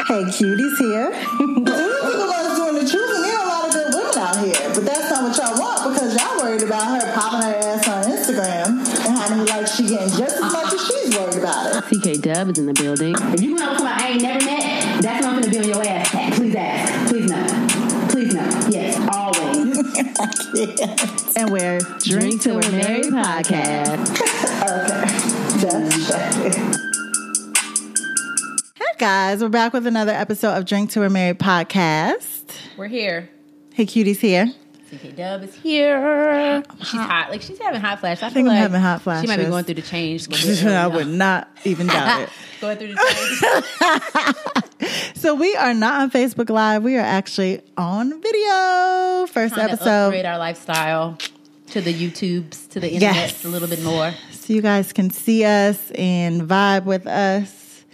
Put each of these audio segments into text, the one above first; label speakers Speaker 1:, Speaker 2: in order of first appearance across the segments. Speaker 1: Okay, cutie's here.
Speaker 2: These people that's doing the truth, and there are a lot of good women out here, but that's not what y'all want because y'all worried about her popping her ass on Instagram and how many likes she getting just as much as she's worried about it.
Speaker 3: CK Dub is in the building.
Speaker 4: If you want to come out, I ain't never met, that's when I'm gonna be on your ass at. Please ask. Please no. Please no. Yes, always.
Speaker 1: And we're Drink Till We're Married podcast.
Speaker 2: That's
Speaker 1: Hey guys, we're back with another episode of Drink Till We're Married podcast.
Speaker 5: We're here.
Speaker 1: Hey, cutie's here.
Speaker 5: CK Dub is here. She's hot. Like she's having hot flashes. I,
Speaker 1: think
Speaker 5: feel
Speaker 1: I'm having
Speaker 5: like
Speaker 1: hot
Speaker 5: She might be
Speaker 1: flashes.
Speaker 5: going through the change.
Speaker 1: I would not even doubt it.
Speaker 5: going through the change.
Speaker 1: So we are not on Facebook Live. We are actually on video. First
Speaker 5: Trying to
Speaker 1: episode.
Speaker 5: upgrade our lifestyle to the YouTubes, to the internet
Speaker 1: Yes.
Speaker 5: a little bit more.
Speaker 1: So you guys can see us and vibe with us.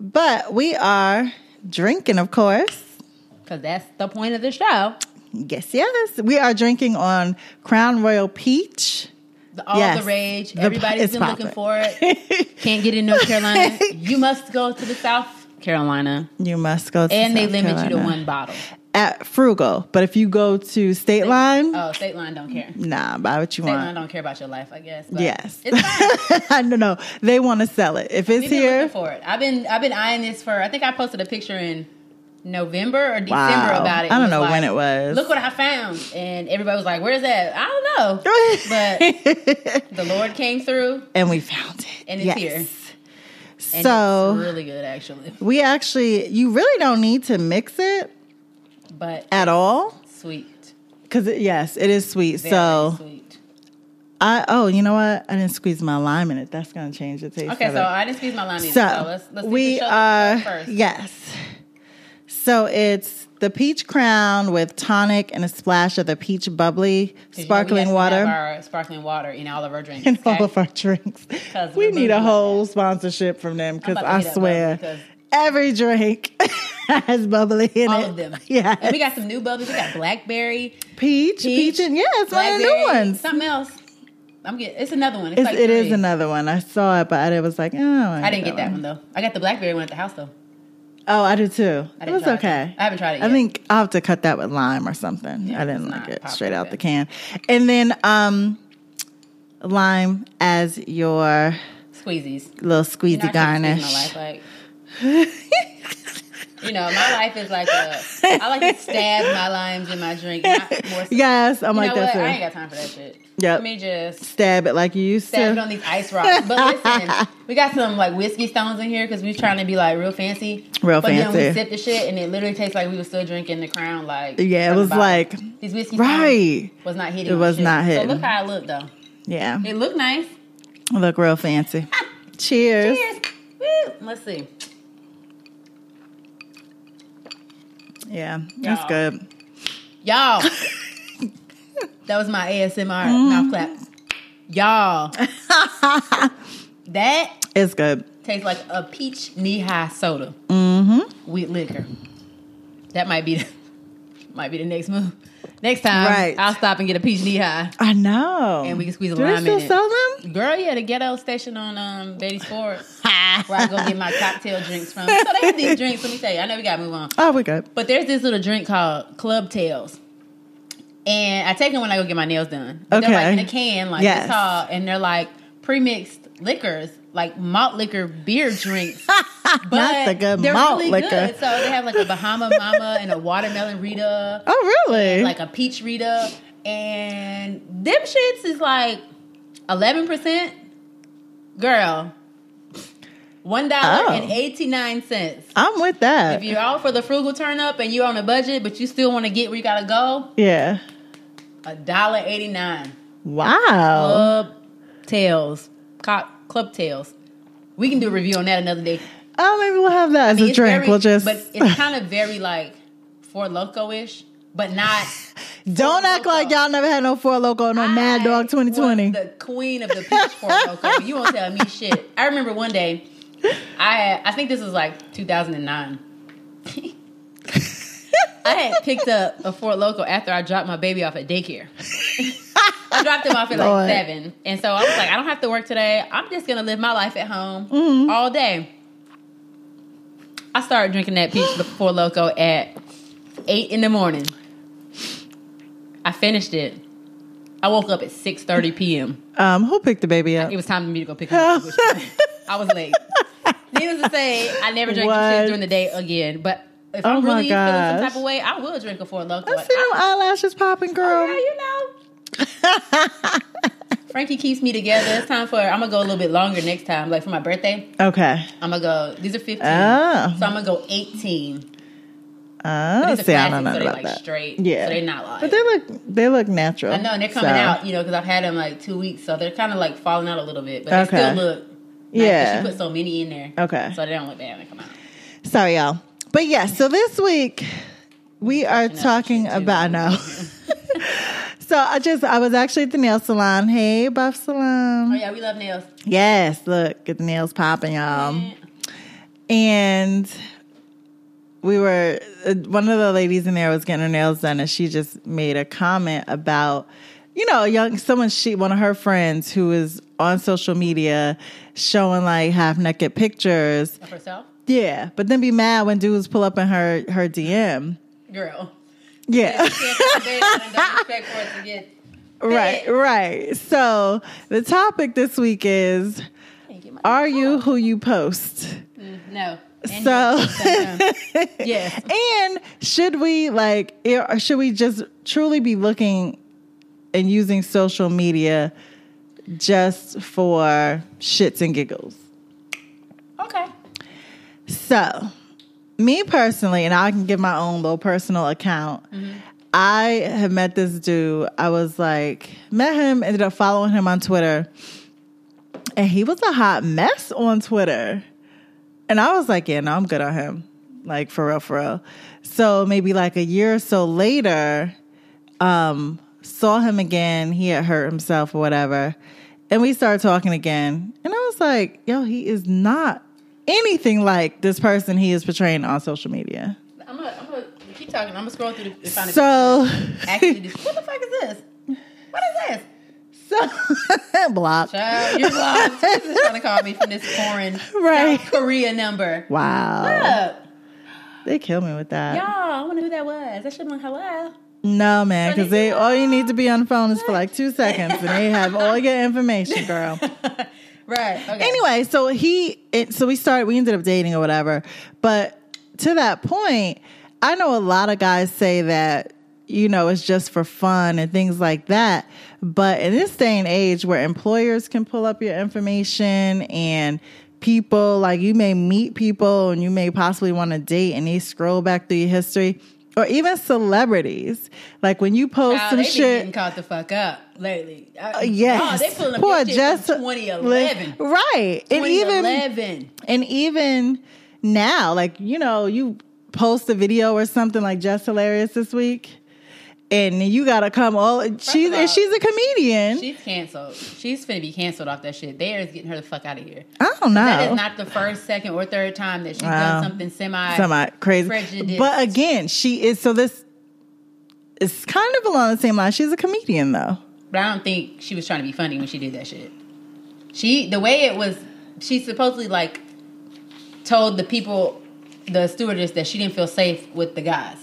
Speaker 1: But we are drinking, of course.
Speaker 5: Because that's the point of the show.
Speaker 1: Yes, yes. We are drinking on Crown Royal Peach.
Speaker 5: The, all
Speaker 1: Yes.
Speaker 5: the rage.
Speaker 1: The-
Speaker 5: Everybody's
Speaker 1: it's
Speaker 5: been looking for
Speaker 1: poppin'.
Speaker 5: it. Can't get in North Carolina. you must go to the South Carolina.
Speaker 1: You must go to
Speaker 5: And they
Speaker 1: South
Speaker 5: limit you to
Speaker 1: Carolina.
Speaker 5: one bottle.
Speaker 1: At Frugal. But if you go to State Line,
Speaker 5: Oh, state line don't care. State
Speaker 1: nah, buy what you
Speaker 5: line
Speaker 1: want.
Speaker 5: don't care about your life, I guess. But
Speaker 1: Yes.
Speaker 5: It's fine.
Speaker 1: I don't know. They want to sell it. If it's
Speaker 5: We've been
Speaker 1: here,
Speaker 5: looking for it. I've been I've been eyeing this for. I think I posted a picture in November or December
Speaker 1: Wow.
Speaker 5: about it.
Speaker 1: I don't
Speaker 5: It
Speaker 1: know
Speaker 5: was
Speaker 1: when
Speaker 5: like,
Speaker 1: it was.
Speaker 5: Look what I found, and everybody was like, "Where's that?" I don't know, but the Lord came through,
Speaker 1: and we found it.
Speaker 5: and it's
Speaker 1: yes.
Speaker 5: here. And
Speaker 1: So
Speaker 5: it's really good, actually.
Speaker 1: we actually, you really don't need to mix it
Speaker 5: But
Speaker 1: at all
Speaker 5: sweet,
Speaker 1: because yes, it is sweet.
Speaker 5: very
Speaker 1: so
Speaker 5: sweet.
Speaker 1: I oh, you know what? I didn't squeeze my lime in it. That's gonna change the taste.
Speaker 5: Okay,
Speaker 1: of
Speaker 5: so
Speaker 1: it.
Speaker 5: I didn't squeeze my lime either. So,
Speaker 1: so
Speaker 5: let's let's see
Speaker 1: we
Speaker 5: the show
Speaker 1: are
Speaker 5: first.
Speaker 1: yes. So it's the peach crown with tonic and a splash of the peach bubbly
Speaker 5: 'Cause you know we
Speaker 1: sparkling
Speaker 5: have to
Speaker 1: water
Speaker 5: have our sparkling water in all of our drinks.
Speaker 1: in
Speaker 5: okay?
Speaker 1: all of our drinks. We
Speaker 5: we're
Speaker 1: need a
Speaker 5: moving
Speaker 1: whole sponsorship from them because
Speaker 5: about to
Speaker 1: I
Speaker 5: hit up
Speaker 1: swear
Speaker 5: Bubba because-
Speaker 1: every drink has bubbly in
Speaker 5: all
Speaker 1: it.
Speaker 5: of them.
Speaker 1: Yeah,
Speaker 5: and we got some new bubbles. We got blackberry,
Speaker 1: peach, peach, and yeah, it's one of the new
Speaker 5: Blackberry,
Speaker 1: ones.
Speaker 5: Something else. I'm getting. It's another one. It's,
Speaker 1: It's,
Speaker 5: like
Speaker 1: it is
Speaker 5: three.
Speaker 1: another one. I saw it, but I was like, oh,
Speaker 5: I didn't get that one though. I got the blackberry one at the house though.
Speaker 1: Oh, I did too.
Speaker 5: I
Speaker 1: It
Speaker 5: didn't
Speaker 1: was
Speaker 5: try it.
Speaker 1: okay.
Speaker 5: I haven't tried it
Speaker 1: I
Speaker 5: yet.
Speaker 1: think I'll have to cut that with lime or something. I didn't
Speaker 5: it's
Speaker 1: like
Speaker 5: not
Speaker 1: it
Speaker 5: popping
Speaker 1: straight out
Speaker 5: like
Speaker 1: the
Speaker 5: that.
Speaker 1: can. And then um lime as your
Speaker 5: Squeezies.
Speaker 1: little squeezy
Speaker 5: You know, I try to squeeze
Speaker 1: garnish.
Speaker 5: My life, like, you know, my life is like a. I like to stab my limes in my drink. Not more so.
Speaker 1: yes, I'm
Speaker 5: You
Speaker 1: like
Speaker 5: know
Speaker 1: that
Speaker 5: what?
Speaker 1: too.
Speaker 5: I ain't got time for that shit.
Speaker 1: Yep.
Speaker 5: Let me just
Speaker 1: Stab it like you used
Speaker 5: stab it
Speaker 1: to.
Speaker 5: on these ice rocks. But listen, we got some like whiskey stones in here because we was trying to be like real fancy.
Speaker 1: Real
Speaker 5: but But then we
Speaker 1: fancy.
Speaker 5: sip the shit and it literally tastes like we were still drinking the crown. Like
Speaker 1: Yeah, it
Speaker 5: from the
Speaker 1: was
Speaker 5: bottle.
Speaker 1: like-
Speaker 5: these whiskey stones
Speaker 1: Right.
Speaker 5: was not hitting.
Speaker 1: It
Speaker 5: on
Speaker 1: was
Speaker 5: shit.
Speaker 1: not hitting.
Speaker 5: So look how I look though.
Speaker 1: Yeah.
Speaker 5: It looked nice.
Speaker 1: Look real fancy. Ah, Cheers.
Speaker 5: Cheers. Woo. Let's see.
Speaker 1: Yeah. That's
Speaker 5: Y'all.
Speaker 1: good.
Speaker 5: Y'all. that was my ASMR
Speaker 1: Mm-hmm.
Speaker 5: mouth clap. Y'all. that
Speaker 1: It's good.
Speaker 5: tastes like a peach knee high soda. Mm-hmm. With liquor. That might be the might be the next move. Next time
Speaker 1: Right.
Speaker 5: I'll stop and get a peach knee high.
Speaker 1: I know.
Speaker 5: And we can squeeze a
Speaker 1: Do
Speaker 5: lime in
Speaker 1: they still
Speaker 5: it.
Speaker 1: sell them?
Speaker 5: Girl, yeah, the ghetto station on um Betty's Ford. where I go get my cocktail drinks from. So they have these drinks, let me tell you. I know we gotta move on.
Speaker 1: Oh, we good.
Speaker 5: But there's this little drink called Club Tails. And I take them when I go get my nails done. But They're
Speaker 1: Okay.
Speaker 5: like in a can, like
Speaker 1: Yes.
Speaker 5: this tall, and they're like pre-mixed liquors, like malt liquor beer drinks. But
Speaker 1: Not the good
Speaker 5: they're
Speaker 1: malt
Speaker 5: really
Speaker 1: liquor.
Speaker 5: Good. So they have like a Bahama Mama and a watermelon Rita,
Speaker 1: Oh, really?
Speaker 5: like a peach Rita, and them shits is like eleven percent. Girl, one dollar
Speaker 1: Oh.
Speaker 5: and eighty nine cents.
Speaker 1: I'm with that.
Speaker 5: If you're all for the frugal turn up and you're on a budget, but you still want to get where you gotta go,
Speaker 1: yeah.
Speaker 5: a dollar eighty nine.
Speaker 1: Wow.
Speaker 5: Club tails, cock, club tails. We can do a review on that another day.
Speaker 1: oh, maybe we'll have that as a
Speaker 5: It's
Speaker 1: drink.
Speaker 5: very-
Speaker 1: we'll just
Speaker 5: but it's kind of very like for loco ish, but not.
Speaker 1: don't act
Speaker 5: Loco.
Speaker 1: like y'all never had no four loco no Mad
Speaker 5: I
Speaker 1: Dog 2020.
Speaker 5: was the queen of the peach for loco. You won't tell me shit. I remember one day, I had, I think this was like 2009. I had picked up a Fort Loco after I dropped my baby off at daycare. I dropped him off at
Speaker 1: Lord.
Speaker 5: like seven, and so I was like, I don't have to work today. I'm just gonna live my life at home all day. I started drinking that peach before loco at eight in the morning. I finished it. I woke up at six thirty p.m.
Speaker 1: Um, who picked the baby up?
Speaker 5: It was time for me to go pick him up. which- I was late. Needless to say, I never drank this
Speaker 1: What?
Speaker 5: shit during the day again. But if
Speaker 1: Oh
Speaker 5: I'm
Speaker 1: my
Speaker 5: really feeling some
Speaker 1: gosh.
Speaker 5: type of way, I will drink a Four Loko.
Speaker 1: I see them eyelashes popping,
Speaker 5: Girl,
Speaker 1: girl.
Speaker 5: you know. Frankie keeps me together. It's time for I'm gonna go a little bit longer next time. Like for my birthday,
Speaker 1: Okay.
Speaker 5: I'm gonna go. These are 15,
Speaker 1: Oh.
Speaker 5: so I'm gonna go 18.
Speaker 1: Oh,
Speaker 5: These are
Speaker 1: see, I don't know
Speaker 5: classic, so they're
Speaker 1: about
Speaker 5: like
Speaker 1: that.
Speaker 5: straight.
Speaker 1: Yeah,
Speaker 5: so they're not like.
Speaker 1: but they look they look natural.
Speaker 5: I know, and they're coming
Speaker 1: so,
Speaker 5: out, you know, because I've had them like two weeks, so they're kind of like falling out a little bit, but they
Speaker 1: Okay.
Speaker 5: still look. nice 'cause
Speaker 1: Yeah.
Speaker 5: she put so many in there.
Speaker 1: Okay.
Speaker 5: so they don't look bad when they come out.
Speaker 1: Sorry, y'all. But yeah, so this week we are talking about no. so I just I was actually at the nail salon. Hey, Buff
Speaker 5: Oh
Speaker 1: Salon.
Speaker 5: yeah, we love nails.
Speaker 1: Yes, look, get the nails popping, y'all. and we were uh, one of the ladies in there was getting her nails done and she just made a comment about you know a young someone she one of her friends who is on social media showing like half naked pictures
Speaker 5: Of herself,
Speaker 1: yeah but then be mad when dudes pull up in her her dm
Speaker 5: girl.
Speaker 1: yeah
Speaker 5: Can't come to bed and don't expect for it to get.
Speaker 1: right right so the topic this week is
Speaker 5: Can't get my-
Speaker 1: are you who you post
Speaker 5: No. And
Speaker 1: So-
Speaker 5: yes, yes.
Speaker 1: And should we like or should we just truly be looking and using social media just for shits and giggles?
Speaker 5: Okay.
Speaker 1: So, me personally, and I can give my own little personal account. I have met this dude. I was like, met him, ended up following him on Twitter. And he was a hot mess on Twitter. And I was like, yeah, no, I'm good on him. Like, for real, for real. So, maybe like a year or so later, um, saw him again. He had hurt himself or whatever. And we started talking again. And I was like, yo, he is not anything like this person he is portraying on social media.
Speaker 5: I'm gonna, I'm gonna keep talking. I'm gonna scroll through the, to find
Speaker 1: So,
Speaker 5: a actually this. What the fuck is this? What is this?
Speaker 1: so block.
Speaker 5: Child, Uh, you're lost. Who's trying to call me from this foreign
Speaker 1: Right.
Speaker 5: South Korea number?
Speaker 1: Wow.
Speaker 5: Up.
Speaker 1: They kill me with that.
Speaker 5: Y'all, I wonder who that was. That should have been hello.
Speaker 1: No, man, because they all you need to be on the phone is for like two seconds and they have all your information, girl.
Speaker 5: Right. Okay.
Speaker 1: anyway, so he, it, so we started, we ended up dating or whatever. But to that point, I know a lot of guys say that, you know, it's just for fun and things like that. But in this day and age where employers can pull up your information and people, like you may meet people and you may possibly want to date and they scroll back through your history. Or even celebrities, like when you post
Speaker 5: Child,
Speaker 1: some
Speaker 5: Oh, they been
Speaker 1: shit. Uh,
Speaker 5: getting caught the fuck up lately. I-
Speaker 1: Yes.
Speaker 5: Oh, they pulling up
Speaker 1: Poor
Speaker 5: your shit
Speaker 1: Jessica-
Speaker 5: from 2011.
Speaker 1: Right. And even
Speaker 5: 2011.
Speaker 1: and even now, like, you know, you post a video or something like just hilarious this week. And you gotta come all she's
Speaker 5: of all,
Speaker 1: and she's a comedian.
Speaker 5: She's canceled. She's finna be canceled off that shit. They are getting her the fuck out of here.
Speaker 1: I don't know.
Speaker 5: That is not the first, second, or third time that she's
Speaker 1: Oh. Wow.
Speaker 5: done something semi.
Speaker 1: Semi crazy.
Speaker 5: prejudiced.
Speaker 1: But again, she is so this it's kind of along the same line. She's a comedian though.
Speaker 5: But I don't think she was trying to be funny when she did that shit. She the way it was, she supposedly like told the people, the stewardess that she didn't feel safe with the guys.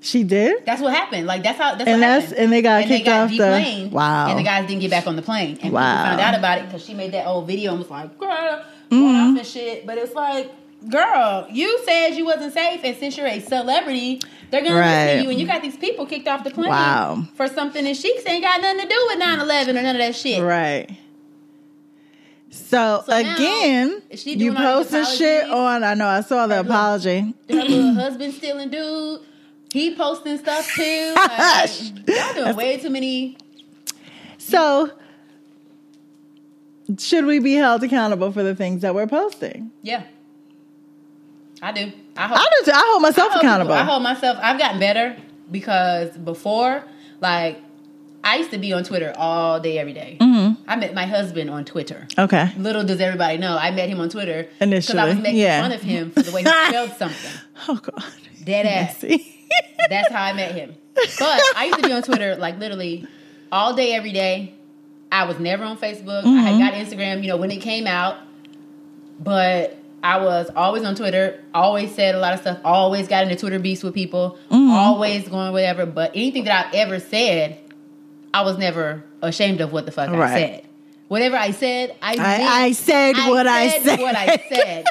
Speaker 1: She did?
Speaker 5: That's what happened. Like that's how. That's
Speaker 1: And
Speaker 5: what
Speaker 1: that's-
Speaker 5: happened.
Speaker 1: and they got kicked off the-
Speaker 5: deplaned,
Speaker 1: Wow.
Speaker 5: And the guys didn't get back on the plane. And people
Speaker 1: Wow. Mm-hmm.
Speaker 5: found out about it because she made that old video and was like, "Girl, going off and shit." But it's like, girl, you said you wasn't safe, and since you're a celebrity, they're gonna listen
Speaker 1: Right.
Speaker 5: to you. And you got these people kicked off the plane
Speaker 1: Wow.
Speaker 5: for something that she ain't got nothing to do with 9-11 or none of that shit.
Speaker 1: Right. So,
Speaker 5: So now,
Speaker 1: again,
Speaker 5: is she
Speaker 1: you
Speaker 5: doing all these
Speaker 1: posting shit
Speaker 5: apologies?
Speaker 1: on. I know I saw the apology.
Speaker 5: Her little husband stealing dude. He posting stuff too. Like, y'all doing way too many.
Speaker 1: So, should we be held accountable for the things that we're posting?
Speaker 5: Yeah, I do. I hope.
Speaker 1: I do. I hold myself
Speaker 5: I hold
Speaker 1: accountable.
Speaker 5: people- I hold myself. I've gotten better because before, like, I used to be on Twitter all day, every day.
Speaker 1: Mm-hmm.
Speaker 5: I met my husband on Twitter.
Speaker 1: okay.
Speaker 5: Little does everybody know, I met him on Twitter because I
Speaker 1: Initially,
Speaker 5: was making
Speaker 1: yeah.
Speaker 5: fun of him for the way he spelled something.
Speaker 1: Oh God.
Speaker 5: Dead ass.
Speaker 1: See.
Speaker 5: That's how I met him. But I used to be on Twitter like literally all day, every day.
Speaker 1: Mm-hmm.
Speaker 5: I was never on Facebook. I had got Instagram, you know, when it came out. But I was always on Twitter, always said a lot of stuff, always got into Twitter beefs with people,
Speaker 1: Mm-hmm.
Speaker 5: always going whatever. But anything that I've ever said, I was never ashamed of what the fuck
Speaker 1: Right.
Speaker 5: I said. Whatever I said, I
Speaker 1: I-
Speaker 5: meant-
Speaker 1: I said what I said.
Speaker 5: What I said,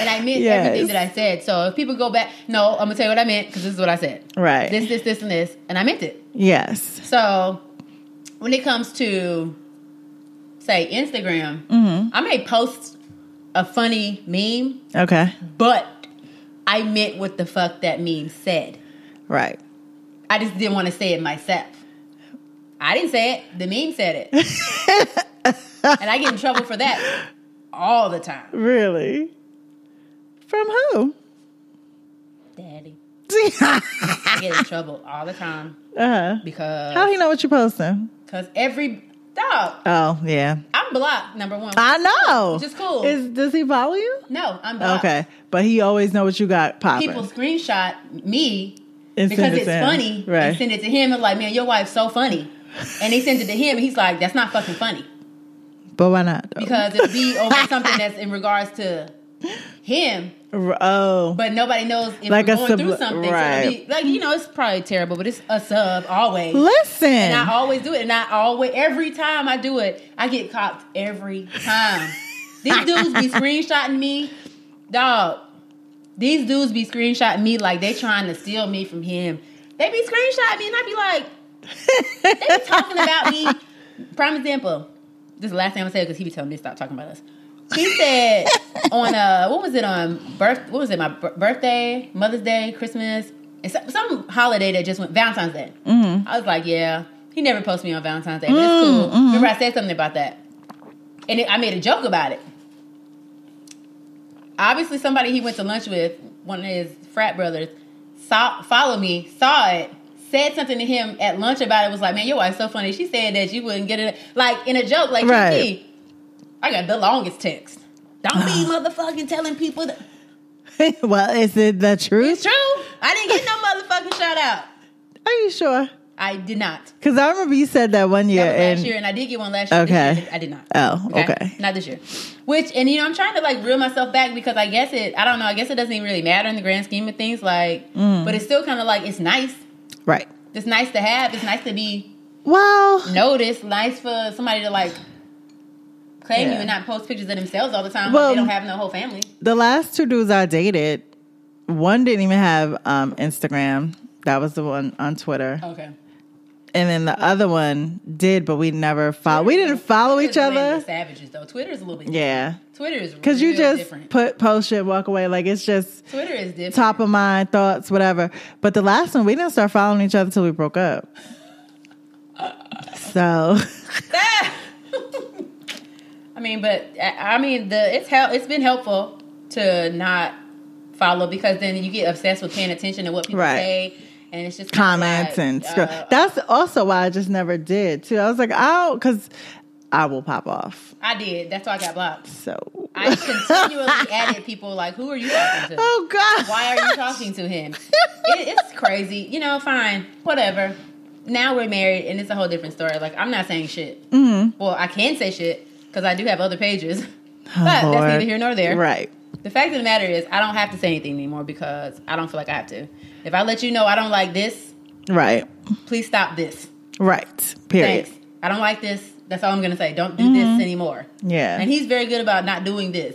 Speaker 5: and I meant
Speaker 1: Yes.
Speaker 5: everything that I said. So if people go back, no, I'm gonna tell you what I meant because this is what I said.
Speaker 1: Right.
Speaker 5: This, this, this, and this, and I meant it.
Speaker 1: yes.
Speaker 5: So when it comes to say Instagram,
Speaker 1: Mm-hmm.
Speaker 5: I may post a funny meme,
Speaker 1: Okay.
Speaker 5: but I meant what the fuck that meme said.
Speaker 1: Right.
Speaker 5: I just didn't want to say it myself. I didn't say it. The meme said it. and I get in trouble for that all the time.
Speaker 1: Really? From who?
Speaker 5: Daddy.
Speaker 1: uh
Speaker 5: I get in trouble all the time
Speaker 1: huh. How
Speaker 5: because
Speaker 1: uh-huh. Oh, he know what you're posting?
Speaker 5: cause every dog,
Speaker 1: Oh yeah,
Speaker 5: I'm blocked, number one.
Speaker 1: I know.
Speaker 5: Just cool.
Speaker 1: Is does he follow you?
Speaker 5: no, I'm blocked.
Speaker 1: Okay, but he always know what you got popping.
Speaker 5: People screenshot me
Speaker 1: And
Speaker 5: because
Speaker 1: send it
Speaker 5: it's
Speaker 1: to him.
Speaker 5: funny and
Speaker 1: right?
Speaker 5: send it to him and like, man, your wife's so funny. And they send it to him and he's like, that's not fucking funny.
Speaker 1: but why not? though?
Speaker 5: Because it'll be over something that's in regards to him,
Speaker 1: R- oh,
Speaker 5: but nobody knows if
Speaker 1: Like
Speaker 5: we're
Speaker 1: a
Speaker 5: going through
Speaker 1: sub-
Speaker 5: something. So it'll
Speaker 1: right.
Speaker 5: be, like, you know, it's probably terrible, but it's a sub always.
Speaker 1: listen.
Speaker 5: And I always do it. And I always, every time I do it, I get copped every time. These dudes be screenshotting me. Dog, these dudes be screenshotting me like they trying to steal me from him. They be screenshotting me and I be like, they be talking about me. Prime example, this is the last thing I'm gonna say because he be telling me to stop talking about us. He said on uh what was it on birth what was it my bir- birthday Mother's Day Christmas and some, some holiday that just went Valentine's Day. I was like, yeah, he never posts me on Valentine's Day. But it's cool. Remember, I said something about that, and it, I made a joke about it. Obviously, somebody he went to lunch with, one of his frat brothers, saw followed me, saw it, said something to him at lunch about it. Was like, man, your wife's so funny. She said that you wouldn't get it, like in a joke, like
Speaker 1: Right.
Speaker 5: right. I got the longest text. Don't be motherfucking telling people that
Speaker 1: well, is it the
Speaker 5: it's
Speaker 1: truth?
Speaker 5: true. I didn't get no motherfucking shout out.
Speaker 1: Are you sure?
Speaker 5: I did not.
Speaker 1: Because I remember you said that one year.
Speaker 5: that was
Speaker 1: and,
Speaker 5: last year, and I did get one last year. This
Speaker 1: Okay.
Speaker 5: year, I did not.
Speaker 1: Oh, okay.
Speaker 5: Not this year. Which, and you know, I'm trying to like reel myself back because I guess it, I don't know, I guess it doesn't even really matter in the grand scheme of things. Like,
Speaker 1: Mm.
Speaker 5: but it's still kind of like, it's nice.
Speaker 1: Right.
Speaker 5: It's nice to have. It's nice to be
Speaker 1: Well,
Speaker 5: noticed. Nice for somebody to like claim you
Speaker 1: Yeah.
Speaker 5: and not post pictures of themselves all the time.
Speaker 1: Well,
Speaker 5: like they don't have no whole family.
Speaker 1: the last two dudes I dated, one didn't even have um, Instagram. That was the one on Twitter.
Speaker 5: Okay.
Speaker 1: And then the other one did, but we never follow. We didn't follow each other.
Speaker 5: Savages, though. Twitter is a little bit different.
Speaker 1: Yeah.
Speaker 5: Twitter is
Speaker 1: Because you
Speaker 5: real
Speaker 1: just
Speaker 5: different.
Speaker 1: put post shit, walk away. Like it's just
Speaker 5: Twitter is different.
Speaker 1: top of mind, thoughts, whatever. But the last one, we didn't start following each other till we broke up. So,
Speaker 5: I mean, but I I mean, the it's help. It's been helpful to not follow because then you get obsessed with paying attention to what people
Speaker 1: Right.
Speaker 5: say, and it's just kinda
Speaker 1: comments
Speaker 5: like,
Speaker 1: and
Speaker 5: uh,
Speaker 1: scroll. That's also why I just never did too. I was like, oh, because I will pop off.
Speaker 5: I did. That's why I got blocked.
Speaker 1: So,
Speaker 5: I continually added people like, "Who are you talking to?
Speaker 1: oh god,
Speaker 5: Why are you talking to him?" It, it's crazy. You know, fine, whatever. Now we're married, and it's a whole different story. Like I'm not saying shit. Mm-hmm. Well, I can say shit because I do have other pages, but that's
Speaker 1: Oh, Lord.
Speaker 5: neither here nor there.
Speaker 1: Right.
Speaker 5: The fact of the matter is, I don't have to say anything anymore because I don't feel like I have to. If I let you know I don't like this,
Speaker 1: Right.
Speaker 5: please stop this.
Speaker 1: Right. Period. Mm-hmm.
Speaker 5: Thanks. I don't like this. That's all I'm going to say. Don't do this anymore.
Speaker 1: Yeah.
Speaker 5: And he's very good about not doing this.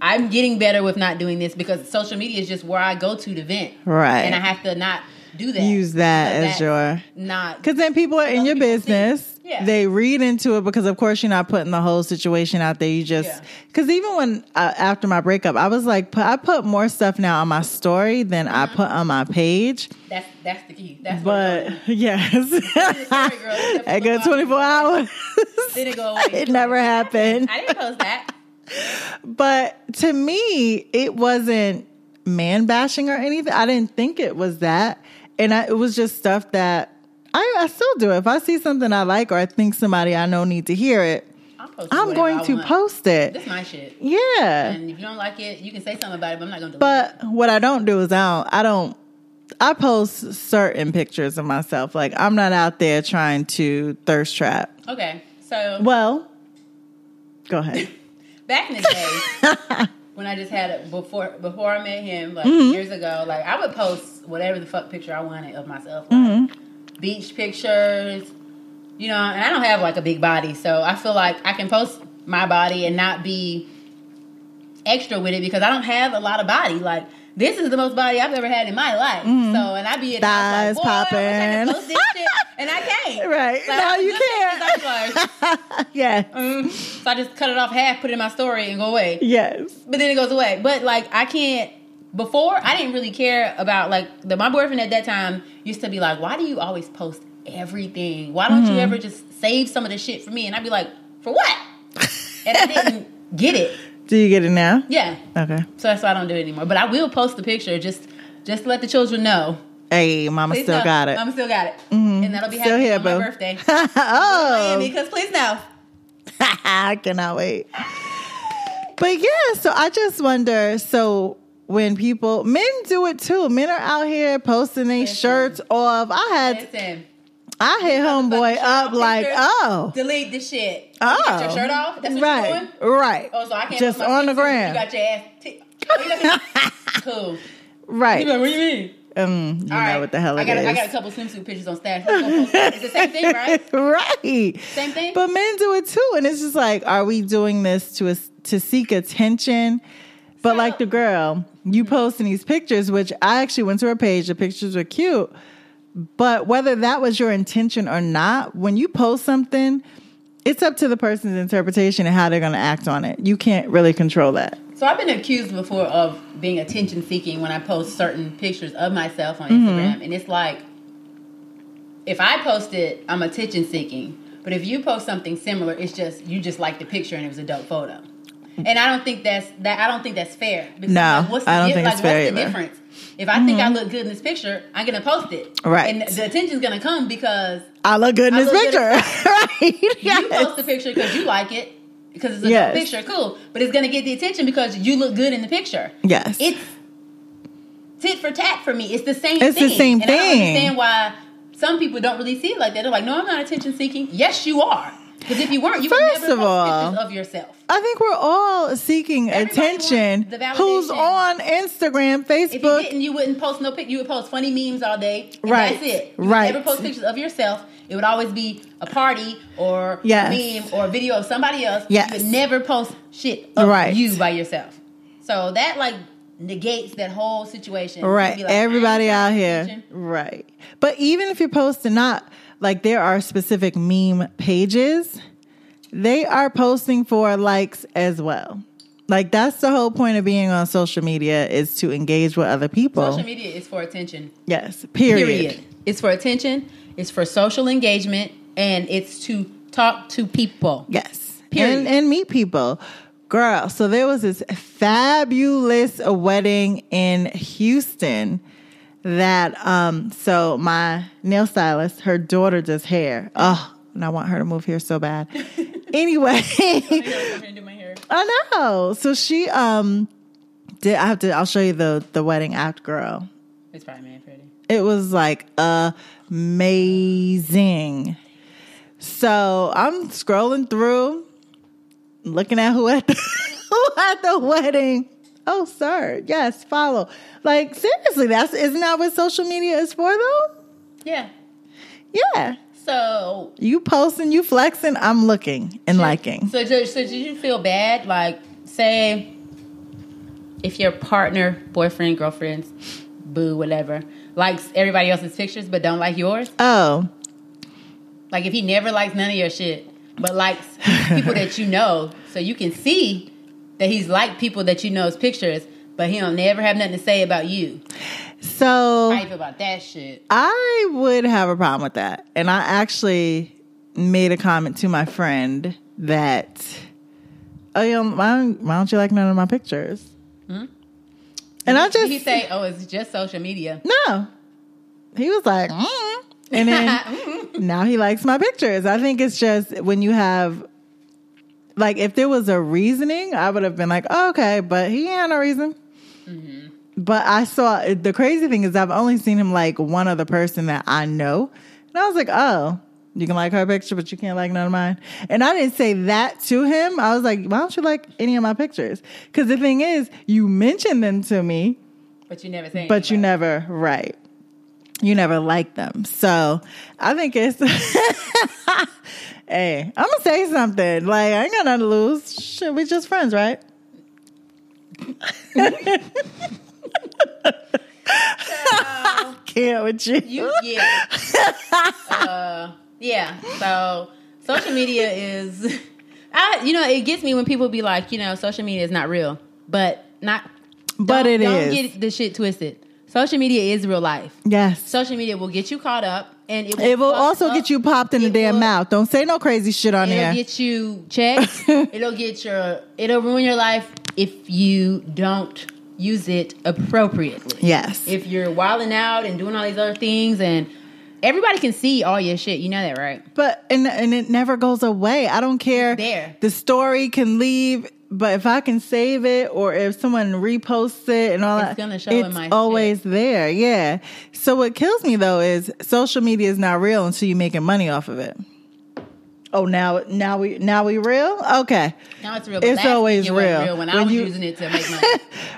Speaker 5: I'm getting better with not doing this because social media is just where I go to to vent.
Speaker 1: Right.
Speaker 5: And I have to not do that.
Speaker 1: Use that
Speaker 5: Because
Speaker 1: as
Speaker 5: that's
Speaker 1: your-
Speaker 5: Not.
Speaker 1: Because then people are in your
Speaker 5: people see.
Speaker 1: business.
Speaker 5: Yeah.
Speaker 1: They read into it because, of course, you're not putting the whole situation out there. You just
Speaker 5: Yeah.
Speaker 1: because even when uh, after my breakup, I was like, put, I put more stuff now on my story than
Speaker 5: Uh-huh.
Speaker 1: I put on my page.
Speaker 5: That's, that's the key. That's what
Speaker 1: But yes,
Speaker 5: story, girl. Except for
Speaker 1: I got
Speaker 5: the
Speaker 1: 24 hours.
Speaker 5: Did it go away?
Speaker 1: it never happened.
Speaker 5: I didn't post that.
Speaker 1: But to me, it wasn't man bashing or anything. I didn't think it was that. And I, it was just stuff that I, I still do. If I see something I like or I think somebody I know need to hear it,
Speaker 5: I'm, posting
Speaker 1: I'm
Speaker 5: whatever
Speaker 1: going
Speaker 5: I
Speaker 1: to
Speaker 5: want.
Speaker 1: post it.
Speaker 5: This is my shit.
Speaker 1: Yeah.
Speaker 5: And if you don't like it, you can say something about it, but I'm not going to.
Speaker 1: But what I don't do is I don't, I don't, I post certain pictures of myself. Like I'm not out there trying to thirst trap.
Speaker 5: Okay, so
Speaker 1: Well, go ahead.
Speaker 5: back in the day, when I just had it before before I met him, like
Speaker 1: Mm-hmm.
Speaker 5: years ago, like I would post whatever the fuck picture I wanted of myself, like
Speaker 1: Mm-hmm.
Speaker 5: beach pictures, you know. And I don't have like a big body, so I feel like I can post my body and not be extra with it because I don't have a lot of body. Like this is the most body I've ever had in my life. So and I be in the
Speaker 1: Mm-hmm. Thighs
Speaker 5: house like, "Boy, I wish I
Speaker 1: popping."
Speaker 5: could post this shit, and I can't.
Speaker 1: Right.
Speaker 5: Like,
Speaker 1: no,
Speaker 5: I-
Speaker 1: you
Speaker 5: this shit is
Speaker 1: can't.
Speaker 5: like-
Speaker 1: yes.
Speaker 5: Mm. So I just cut it off half, put it in my story, and go away.
Speaker 1: Yes.
Speaker 5: But then it goes away. But like I can't. Before I didn't really care about like the, my boyfriend at that time used to be like, "Why do you always post everything? Why don't
Speaker 1: Mm-hmm.
Speaker 5: you ever just save some of the shit for me?" And I'd be like, "For what?" And I didn't get it.
Speaker 1: Do you get it now?
Speaker 5: Yeah.
Speaker 1: Okay.
Speaker 5: So that's why I don't do it anymore. But I will post the picture just just to let the children know.
Speaker 1: Hey, mama
Speaker 5: Please
Speaker 1: still
Speaker 5: know,
Speaker 1: got it. Mm-hmm.
Speaker 5: I'm still got it, and that'll be
Speaker 1: Still
Speaker 5: happening
Speaker 1: here,
Speaker 5: on my
Speaker 1: boo.
Speaker 5: birthday.
Speaker 1: oh,
Speaker 5: Because please know.
Speaker 1: I cannot wait. But yeah, so I just wonder. So when people, men do it too. Men are out here posting their shirts off. I had,
Speaker 5: Listen.
Speaker 1: I hit homeboy
Speaker 5: Fucking
Speaker 1: up
Speaker 5: shirt
Speaker 1: like,
Speaker 5: off,
Speaker 1: oh,
Speaker 5: Delete the shit.
Speaker 1: oh,
Speaker 5: You got your shirt off? That's what
Speaker 1: right,
Speaker 5: you're doing?
Speaker 1: right,
Speaker 5: Oh, so I can't
Speaker 1: just
Speaker 5: put my
Speaker 1: on the
Speaker 5: picture,
Speaker 1: ground,
Speaker 5: You got your ass. T- oh, you got- cool. You
Speaker 1: right.
Speaker 5: like, what do you mean?
Speaker 1: Um, you know
Speaker 5: All right.
Speaker 1: what the hell
Speaker 5: I
Speaker 1: it
Speaker 5: got,
Speaker 1: is.
Speaker 5: a- I got a couple swimsuit pictures on stash. I'm gonna post that. It's the same thing, right?
Speaker 1: right.
Speaker 5: Same thing?
Speaker 1: But men do it too, and it's just like, are we doing this to us to seek attention? But
Speaker 5: So-
Speaker 1: like the girl, you posting these pictures, which I actually went to her page. The pictures were cute, but whether that was your intention or not, when you post something, it's up to the person's interpretation and how they're going to act on it. You can't really control that.
Speaker 5: So I've been accused before of being attention seeking when I post certain pictures of myself on
Speaker 1: Mm-hmm.
Speaker 5: Instagram, and it's like if I post it, I'm attention seeking. But if you post something similar, it's just you just like the picture and it was a dope photo. And I don't think that's that. I don't think that's fair. Because
Speaker 1: No,
Speaker 5: like,
Speaker 1: I don't
Speaker 5: di-
Speaker 1: think it's fair
Speaker 5: What's the
Speaker 1: either. Mm-hmm.
Speaker 5: difference? If I think I look good in this picture, I'm gonna post it.
Speaker 1: Right.
Speaker 5: And the attention's gonna come because
Speaker 1: I look good in
Speaker 5: I
Speaker 1: this
Speaker 5: look good
Speaker 1: picture, right?
Speaker 5: you
Speaker 1: Yes.
Speaker 5: post the picture because you like it because it's a
Speaker 1: Yes.
Speaker 5: dope picture, cool. But it's gonna get the attention because you look good in the picture
Speaker 1: Yes.
Speaker 5: it's tit for tat for me. It's the same.
Speaker 1: It's the
Speaker 5: thing.
Speaker 1: same
Speaker 5: and I don't
Speaker 1: thing.
Speaker 5: understand why some people don't really see it like that. They're like, no, I'm not attention seeking. Yes, you are. Because if you weren't, you
Speaker 1: First
Speaker 5: would never
Speaker 1: of
Speaker 5: post
Speaker 1: all-
Speaker 5: pictures of yourself.
Speaker 1: I think we're all seeking
Speaker 5: Everybody
Speaker 1: attention.
Speaker 5: wants the
Speaker 1: Who's
Speaker 5: validation.
Speaker 1: on Instagram,
Speaker 5: If you
Speaker 1: Facebook?
Speaker 5: didn't, you wouldn't post no pic. You would post funny memes all day. and
Speaker 1: Right.
Speaker 5: That's it. You would
Speaker 1: Right.
Speaker 5: never post pictures of yourself. It would always be a party or
Speaker 1: Yes.
Speaker 5: a meme or a video of somebody else.
Speaker 1: Yes.
Speaker 5: You would never post shit of
Speaker 1: Right.
Speaker 5: you by yourself. So that like negates that whole situation. You'd
Speaker 1: Right.
Speaker 5: be like,
Speaker 1: Everybody
Speaker 5: "I'm not
Speaker 1: out here.
Speaker 5: attention."
Speaker 1: Right. But even if you're posting not, like there are specific meme pages, they are posting for likes as well. Like that's the whole point of being on social media is to engage with other people.
Speaker 5: Social media is for attention.
Speaker 1: yes. Period.
Speaker 5: Period. It's for attention. It's for social engagement, and it's to talk to people.
Speaker 1: Yes.
Speaker 5: Period.
Speaker 1: And, and meet people. Girl, so there was this fabulous wedding in Houston that um so my nail stylist, her daughter does hair. Oh, and I want her to move here so bad. anyway, I know. So she um did I have to I'll show you the the wedding act girl.
Speaker 5: It's probably man pretty.
Speaker 1: It was like amazing. So I'm scrolling through, looking at who at the, who at the wedding. Oh, sir, yes, follow. Like seriously, that's isn't that what social media is for though?
Speaker 5: Yeah.
Speaker 1: Yeah,
Speaker 5: So
Speaker 1: you posting, you flexing, I'm looking and liking.
Speaker 5: So, so, so did you feel bad? Like, say, if your partner, boyfriend, girlfriend, boo, whatever, likes everybody else's pictures but don't like yours.
Speaker 1: Oh,
Speaker 5: Like, if he never likes none of your shit, but likes people that you know, so you can see that he's like people that you know's pictures, but he don't never have nothing to say about you.
Speaker 1: so
Speaker 5: How you feel about that shit?
Speaker 1: I would have a problem with that. And I actually made a comment to my friend that, oh, you know, why, don't- why don't you like none of my pictures? And I
Speaker 5: Did
Speaker 1: just,
Speaker 5: he say, "Oh, it's just social media"?
Speaker 1: no. He was like, mm. and then now he likes my pictures. I think it's just when you have, like, if there was a reasoning, I would have been like, oh, okay, but he had no reason. But I saw the crazy thing is I've only seen him like one other person that I know, and I was like, oh, You can like her picture, but you can't like none of mine. And I didn't say that to him. I was like, why don't you like any of my pictures? Because the thing is, you mentioned them to me,
Speaker 5: But you never say.
Speaker 1: but you
Speaker 5: anything about
Speaker 1: never right. You never like them. So I think it's hey, I'm gonna say something. Like I ain't got nothing to lose. Shit, we just friends, right? Can't with you.
Speaker 5: it. You yeah. uh, yeah. So social media is, I you know it gets me when people be like you know social media is not real, but not.
Speaker 1: But
Speaker 5: don't,
Speaker 1: it
Speaker 5: don't
Speaker 1: is.
Speaker 5: get the shit twisted. Social media is real life.
Speaker 1: yes.
Speaker 5: Social media will get you caught up, and it will,
Speaker 1: It will
Speaker 5: fuck
Speaker 1: also
Speaker 5: up-
Speaker 1: get you popped in the
Speaker 5: it
Speaker 1: damn
Speaker 5: will-
Speaker 1: mouth. Don't say no crazy shit on
Speaker 5: It'll
Speaker 1: there.
Speaker 5: get you checked. it'll get your. It'll ruin your life if you don't use it appropriately.
Speaker 1: yes.
Speaker 5: If you're wilding out and doing all these other things, and everybody can see all your shit, you know that, right?
Speaker 1: but and and it never goes away. I don't care.
Speaker 5: there.
Speaker 1: The story can leave, but if I can save it or if someone reposts it and all
Speaker 5: It's
Speaker 1: that,
Speaker 5: gonna show in
Speaker 1: it's
Speaker 5: my
Speaker 1: always there. Yeah. So what kills me though is social media is not real until you're making money off of it. Oh, now now we now we real? Okay.
Speaker 5: Now it's real.
Speaker 1: It's
Speaker 5: last week
Speaker 1: always
Speaker 5: it wasn't
Speaker 1: real.
Speaker 5: when, I
Speaker 1: When
Speaker 5: was
Speaker 1: you-
Speaker 5: using it to make money.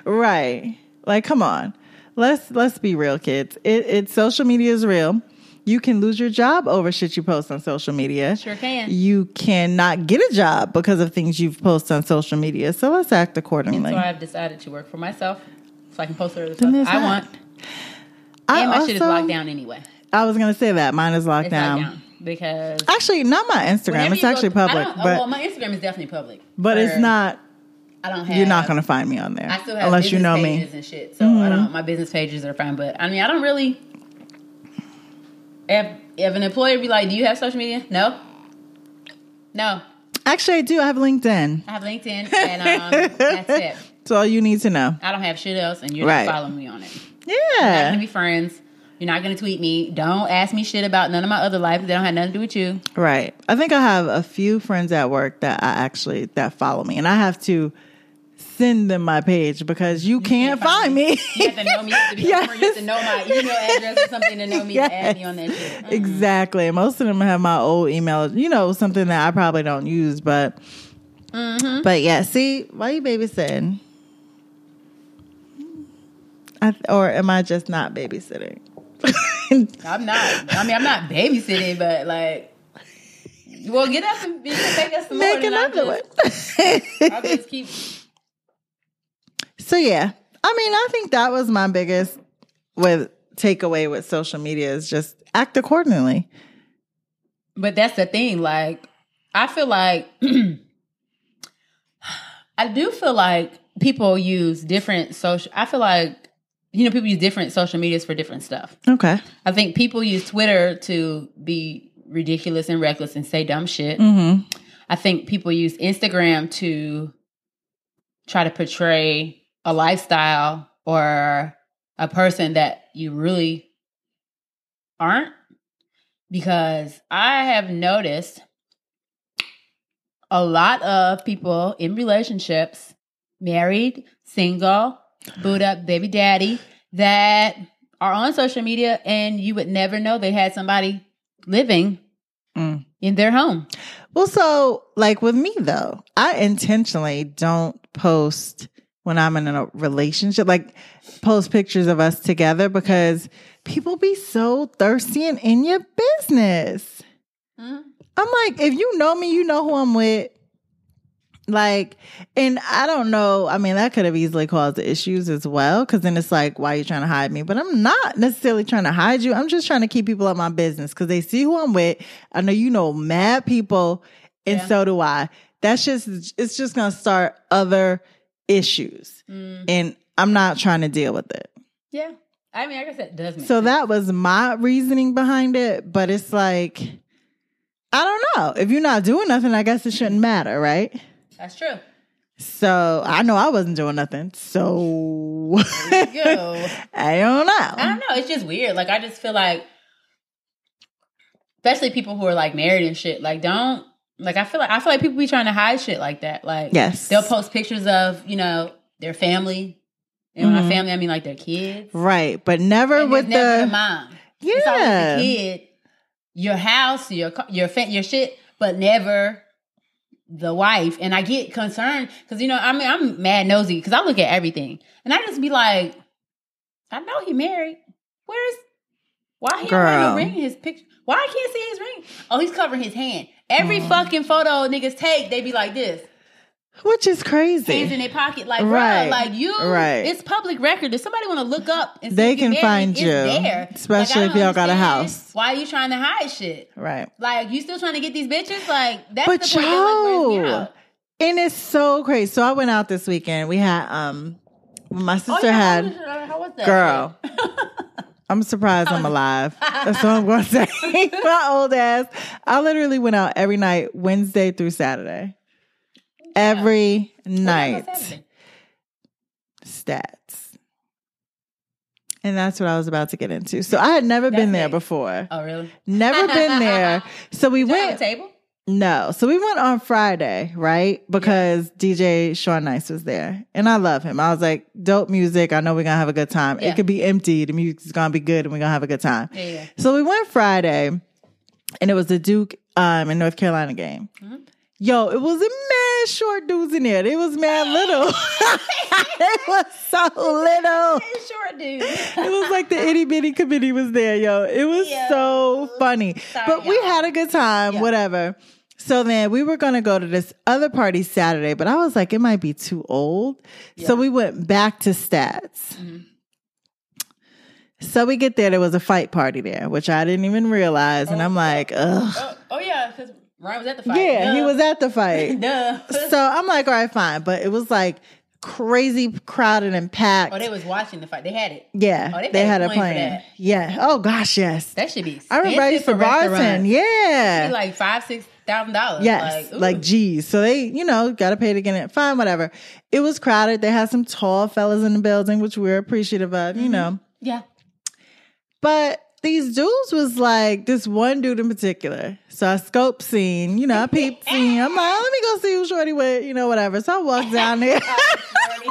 Speaker 1: right like come on let's let's be real kids it, it social media is real you can lose your job over shit you post on social media
Speaker 5: Sure can.
Speaker 1: you cannot get a job because of things you've posted on social media so let's act accordingly
Speaker 5: so I've decided to work for myself, so I can post whatever the
Speaker 1: Then
Speaker 5: fuck
Speaker 1: there's
Speaker 5: I
Speaker 1: that.
Speaker 5: want.
Speaker 1: I
Speaker 5: and my shit is
Speaker 1: also-
Speaker 5: locked down anyway.
Speaker 1: i was gonna say that mine is locked,
Speaker 5: It's
Speaker 1: down.
Speaker 5: locked down because.
Speaker 1: actually not my instagram
Speaker 5: whenever
Speaker 1: it's
Speaker 5: you go
Speaker 1: actually
Speaker 5: to- I
Speaker 1: public
Speaker 5: don't- oh,
Speaker 1: but
Speaker 5: well, my Instagram is definitely public,
Speaker 1: but it's
Speaker 5: Or
Speaker 1: not
Speaker 5: I don't have.
Speaker 1: you're not gonna find me on there
Speaker 5: I still have
Speaker 1: unless you know me Mm-hmm.
Speaker 5: pages and shit. So I don't. My business pages are fine, but I mean, I don't really. If if an employer be like, "Do you have social media?" No. No,
Speaker 1: actually i do i have linkedin
Speaker 5: I have LinkedIn, and um, that's it.
Speaker 1: that's all you need to know
Speaker 5: I don't have shit else, and you're
Speaker 1: Right.
Speaker 5: not following me on it. We're not
Speaker 1: yeah
Speaker 5: gonna be friends. You're not gonna tweet me. Don't ask me shit about none of my other life. They don't have nothing to do with you.
Speaker 1: Right. I think I have a few friends at work that I actually that follow me, and I have to send them my page because you, can't, find, me.
Speaker 5: You have to know me. You have to, be
Speaker 1: Yes.
Speaker 5: you have to know my email address or something to know me to add me on that shit.
Speaker 1: Mm-hmm.
Speaker 5: Mm.
Speaker 1: exactly. Most of them have my old email. You know, something that I probably don't use, but but yeah. See, why you babysitting? I, th- or am I just not babysitting?
Speaker 5: I'm not. I mean, I'm not babysitting, but like, well, get up and be- make us some more.
Speaker 1: Make
Speaker 5: and I'll
Speaker 1: another one.
Speaker 5: just- I'll just keep.
Speaker 1: So yeah, I mean, I think that was my biggest with takeaway with social media is just act accordingly.
Speaker 5: But that's the thing. Like, I feel like I do feel like people use different social. I feel like you know people use different social medias for different stuff.
Speaker 1: Okay.
Speaker 5: I think people use Twitter to be ridiculous and reckless and say dumb shit.
Speaker 1: Mm-hmm.
Speaker 5: I think people use Instagram to try to portray a lifestyle or a person that you really aren't. Because I have noticed a lot of people in relationships, married, single, boot up, baby daddy, that are on social media and you would never know they had somebody living
Speaker 1: Mm.
Speaker 5: in their home.
Speaker 1: Well, so like with me though, I intentionally don't post when I'm in a relationship, like post pictures of us together because people be so thirsty and in your business. I'm like, if you know me, you know who I'm with. Like, and I don't know. I mean, that could have easily caused issues as well. Cause then it's like, why are you trying to hide me? But I'm not necessarily trying to hide you. I'm just trying to keep people at my business because they see who I'm with. I know you know mad people, and
Speaker 5: Yeah.
Speaker 1: so do I. That's just, it's just gonna start other issues.
Speaker 5: Mm,
Speaker 1: And I'm not trying to deal with it.
Speaker 5: yeah. I mean, I guess that does make
Speaker 1: So
Speaker 5: sense.
Speaker 1: that was my reasoning behind it, but it's like I don't know. If you're not doing nothing, I guess it shouldn't matter, right?
Speaker 5: That's true.
Speaker 1: So I know I wasn't doing nothing. So
Speaker 5: Yo,
Speaker 1: I don't know.
Speaker 5: I don't know. It's just weird. Like I just feel like, especially people who are like married and shit. Like don't like I feel like I feel like people be trying to hide shit like that. Like
Speaker 1: Yes.
Speaker 5: they'll post pictures of you know their family, and when
Speaker 1: Mhm.
Speaker 5: my family I mean like their kids.
Speaker 1: Right, but never
Speaker 5: And there's
Speaker 1: with
Speaker 5: never
Speaker 1: the,
Speaker 5: the mom. It's always
Speaker 1: yeah,
Speaker 5: the kid your house, your ca- your fa- your shit, but never the wife. And I get concerned because you know I mean I'm mad nosy because I look at everything and I just be like, I know he married. Where's why he don't have
Speaker 1: Girl.
Speaker 5: no ring in his picture? Why I can't see his ring? Oh, he's covering his hand. Every
Speaker 1: Mm.
Speaker 5: fucking photo niggas take, they be like this
Speaker 1: Which is
Speaker 5: hands in
Speaker 1: crazy.
Speaker 5: their pocket, like
Speaker 1: Right.
Speaker 5: right, like you,
Speaker 1: Right.
Speaker 5: It's public record. If somebody want to look up, and see
Speaker 1: They
Speaker 5: if you're
Speaker 1: can
Speaker 5: married,
Speaker 1: find
Speaker 5: it's
Speaker 1: you,
Speaker 5: there.
Speaker 1: especially
Speaker 5: Like, I
Speaker 1: if y'all
Speaker 5: don't
Speaker 1: got a
Speaker 5: understand.
Speaker 1: house.
Speaker 5: Why are you trying to hide shit?
Speaker 1: Right.
Speaker 5: Like you still trying to get these bitches? Like that's
Speaker 1: But
Speaker 5: the point that like, wears me
Speaker 1: yo,
Speaker 5: out.
Speaker 1: and it's so crazy. So I went out this weekend. We had um, my
Speaker 5: Oh,
Speaker 1: sister
Speaker 5: yeah,
Speaker 1: had.
Speaker 5: how was- How was that?
Speaker 1: Girl. I'm surprised
Speaker 5: Oh.
Speaker 1: I'm alive. That's what I'm going to say. My old ass. I literally went out every night, Wednesday through Saturday. Every night. Stats. And that's what I was about to get into. So I had never
Speaker 5: That's
Speaker 1: been there
Speaker 5: it.
Speaker 1: before.
Speaker 5: Oh really?
Speaker 1: Never been there. So we
Speaker 5: You have a
Speaker 1: went.
Speaker 5: table?
Speaker 1: No. So we went on Friday, right? Because DJ Sean Nice was there. And I love him. I was like, dope music. I know we're going to have a good time.
Speaker 5: Yeah.
Speaker 1: It could be empty. The music's going to be good and we're going to have a good time.
Speaker 5: Yeah, yeah.
Speaker 1: So we went Friday and it was the Duke um, and North Carolina game.
Speaker 5: Mm-hmm.
Speaker 1: Yo, it was a mad short dudes in there. It was mad little. it was so little.
Speaker 5: Hey, sure, dude.
Speaker 1: It was like the itty bitty committee was there, yo. It was
Speaker 5: Yeah.
Speaker 1: so funny.
Speaker 5: Sorry,
Speaker 1: but we
Speaker 5: y'all.
Speaker 1: had a good time,
Speaker 5: Yeah.
Speaker 1: whatever. So then we were going to go to this other party Saturday, but I was like, it might be too old. So we went back to stats.
Speaker 5: Mm-hmm.
Speaker 1: So we get there, there was a fight party there, which I didn't even realize. and I'm like, ugh.
Speaker 5: oh, oh yeah, because Ryan was at the fight.
Speaker 1: yeah, he
Speaker 5: Duh.
Speaker 1: was at the fight.
Speaker 5: Duh.
Speaker 1: so I'm like, all right, fine. But it was like crazy crowded and packed.
Speaker 5: Oh, they was watching the fight. They had it.
Speaker 1: yeah,
Speaker 5: oh,
Speaker 1: they,
Speaker 5: they
Speaker 1: had a
Speaker 5: pay a coin for
Speaker 1: plan.
Speaker 5: that.
Speaker 1: Yeah. Oh, gosh, yes.
Speaker 5: That should be.
Speaker 1: I remember I used to
Speaker 5: expensive for
Speaker 1: bartend.
Speaker 5: restaurants.
Speaker 1: Yeah.
Speaker 5: Be like five, six thousand dollars.
Speaker 1: yes.
Speaker 5: ooh.
Speaker 1: Like, geez. So they, you know, got to pay to get in. Fine, whatever. It was crowded. They had some tall fellas in the building, which we were appreciative of,
Speaker 5: Mm-hmm.
Speaker 1: you know.
Speaker 5: yeah.
Speaker 1: But these dudes was like this one dude in particular. So I scope scene, you know, I peep scene. I'm like, "Oh, let me go see who Shorty with, you know, whatever. So I walked down there.
Speaker 5: Shorty.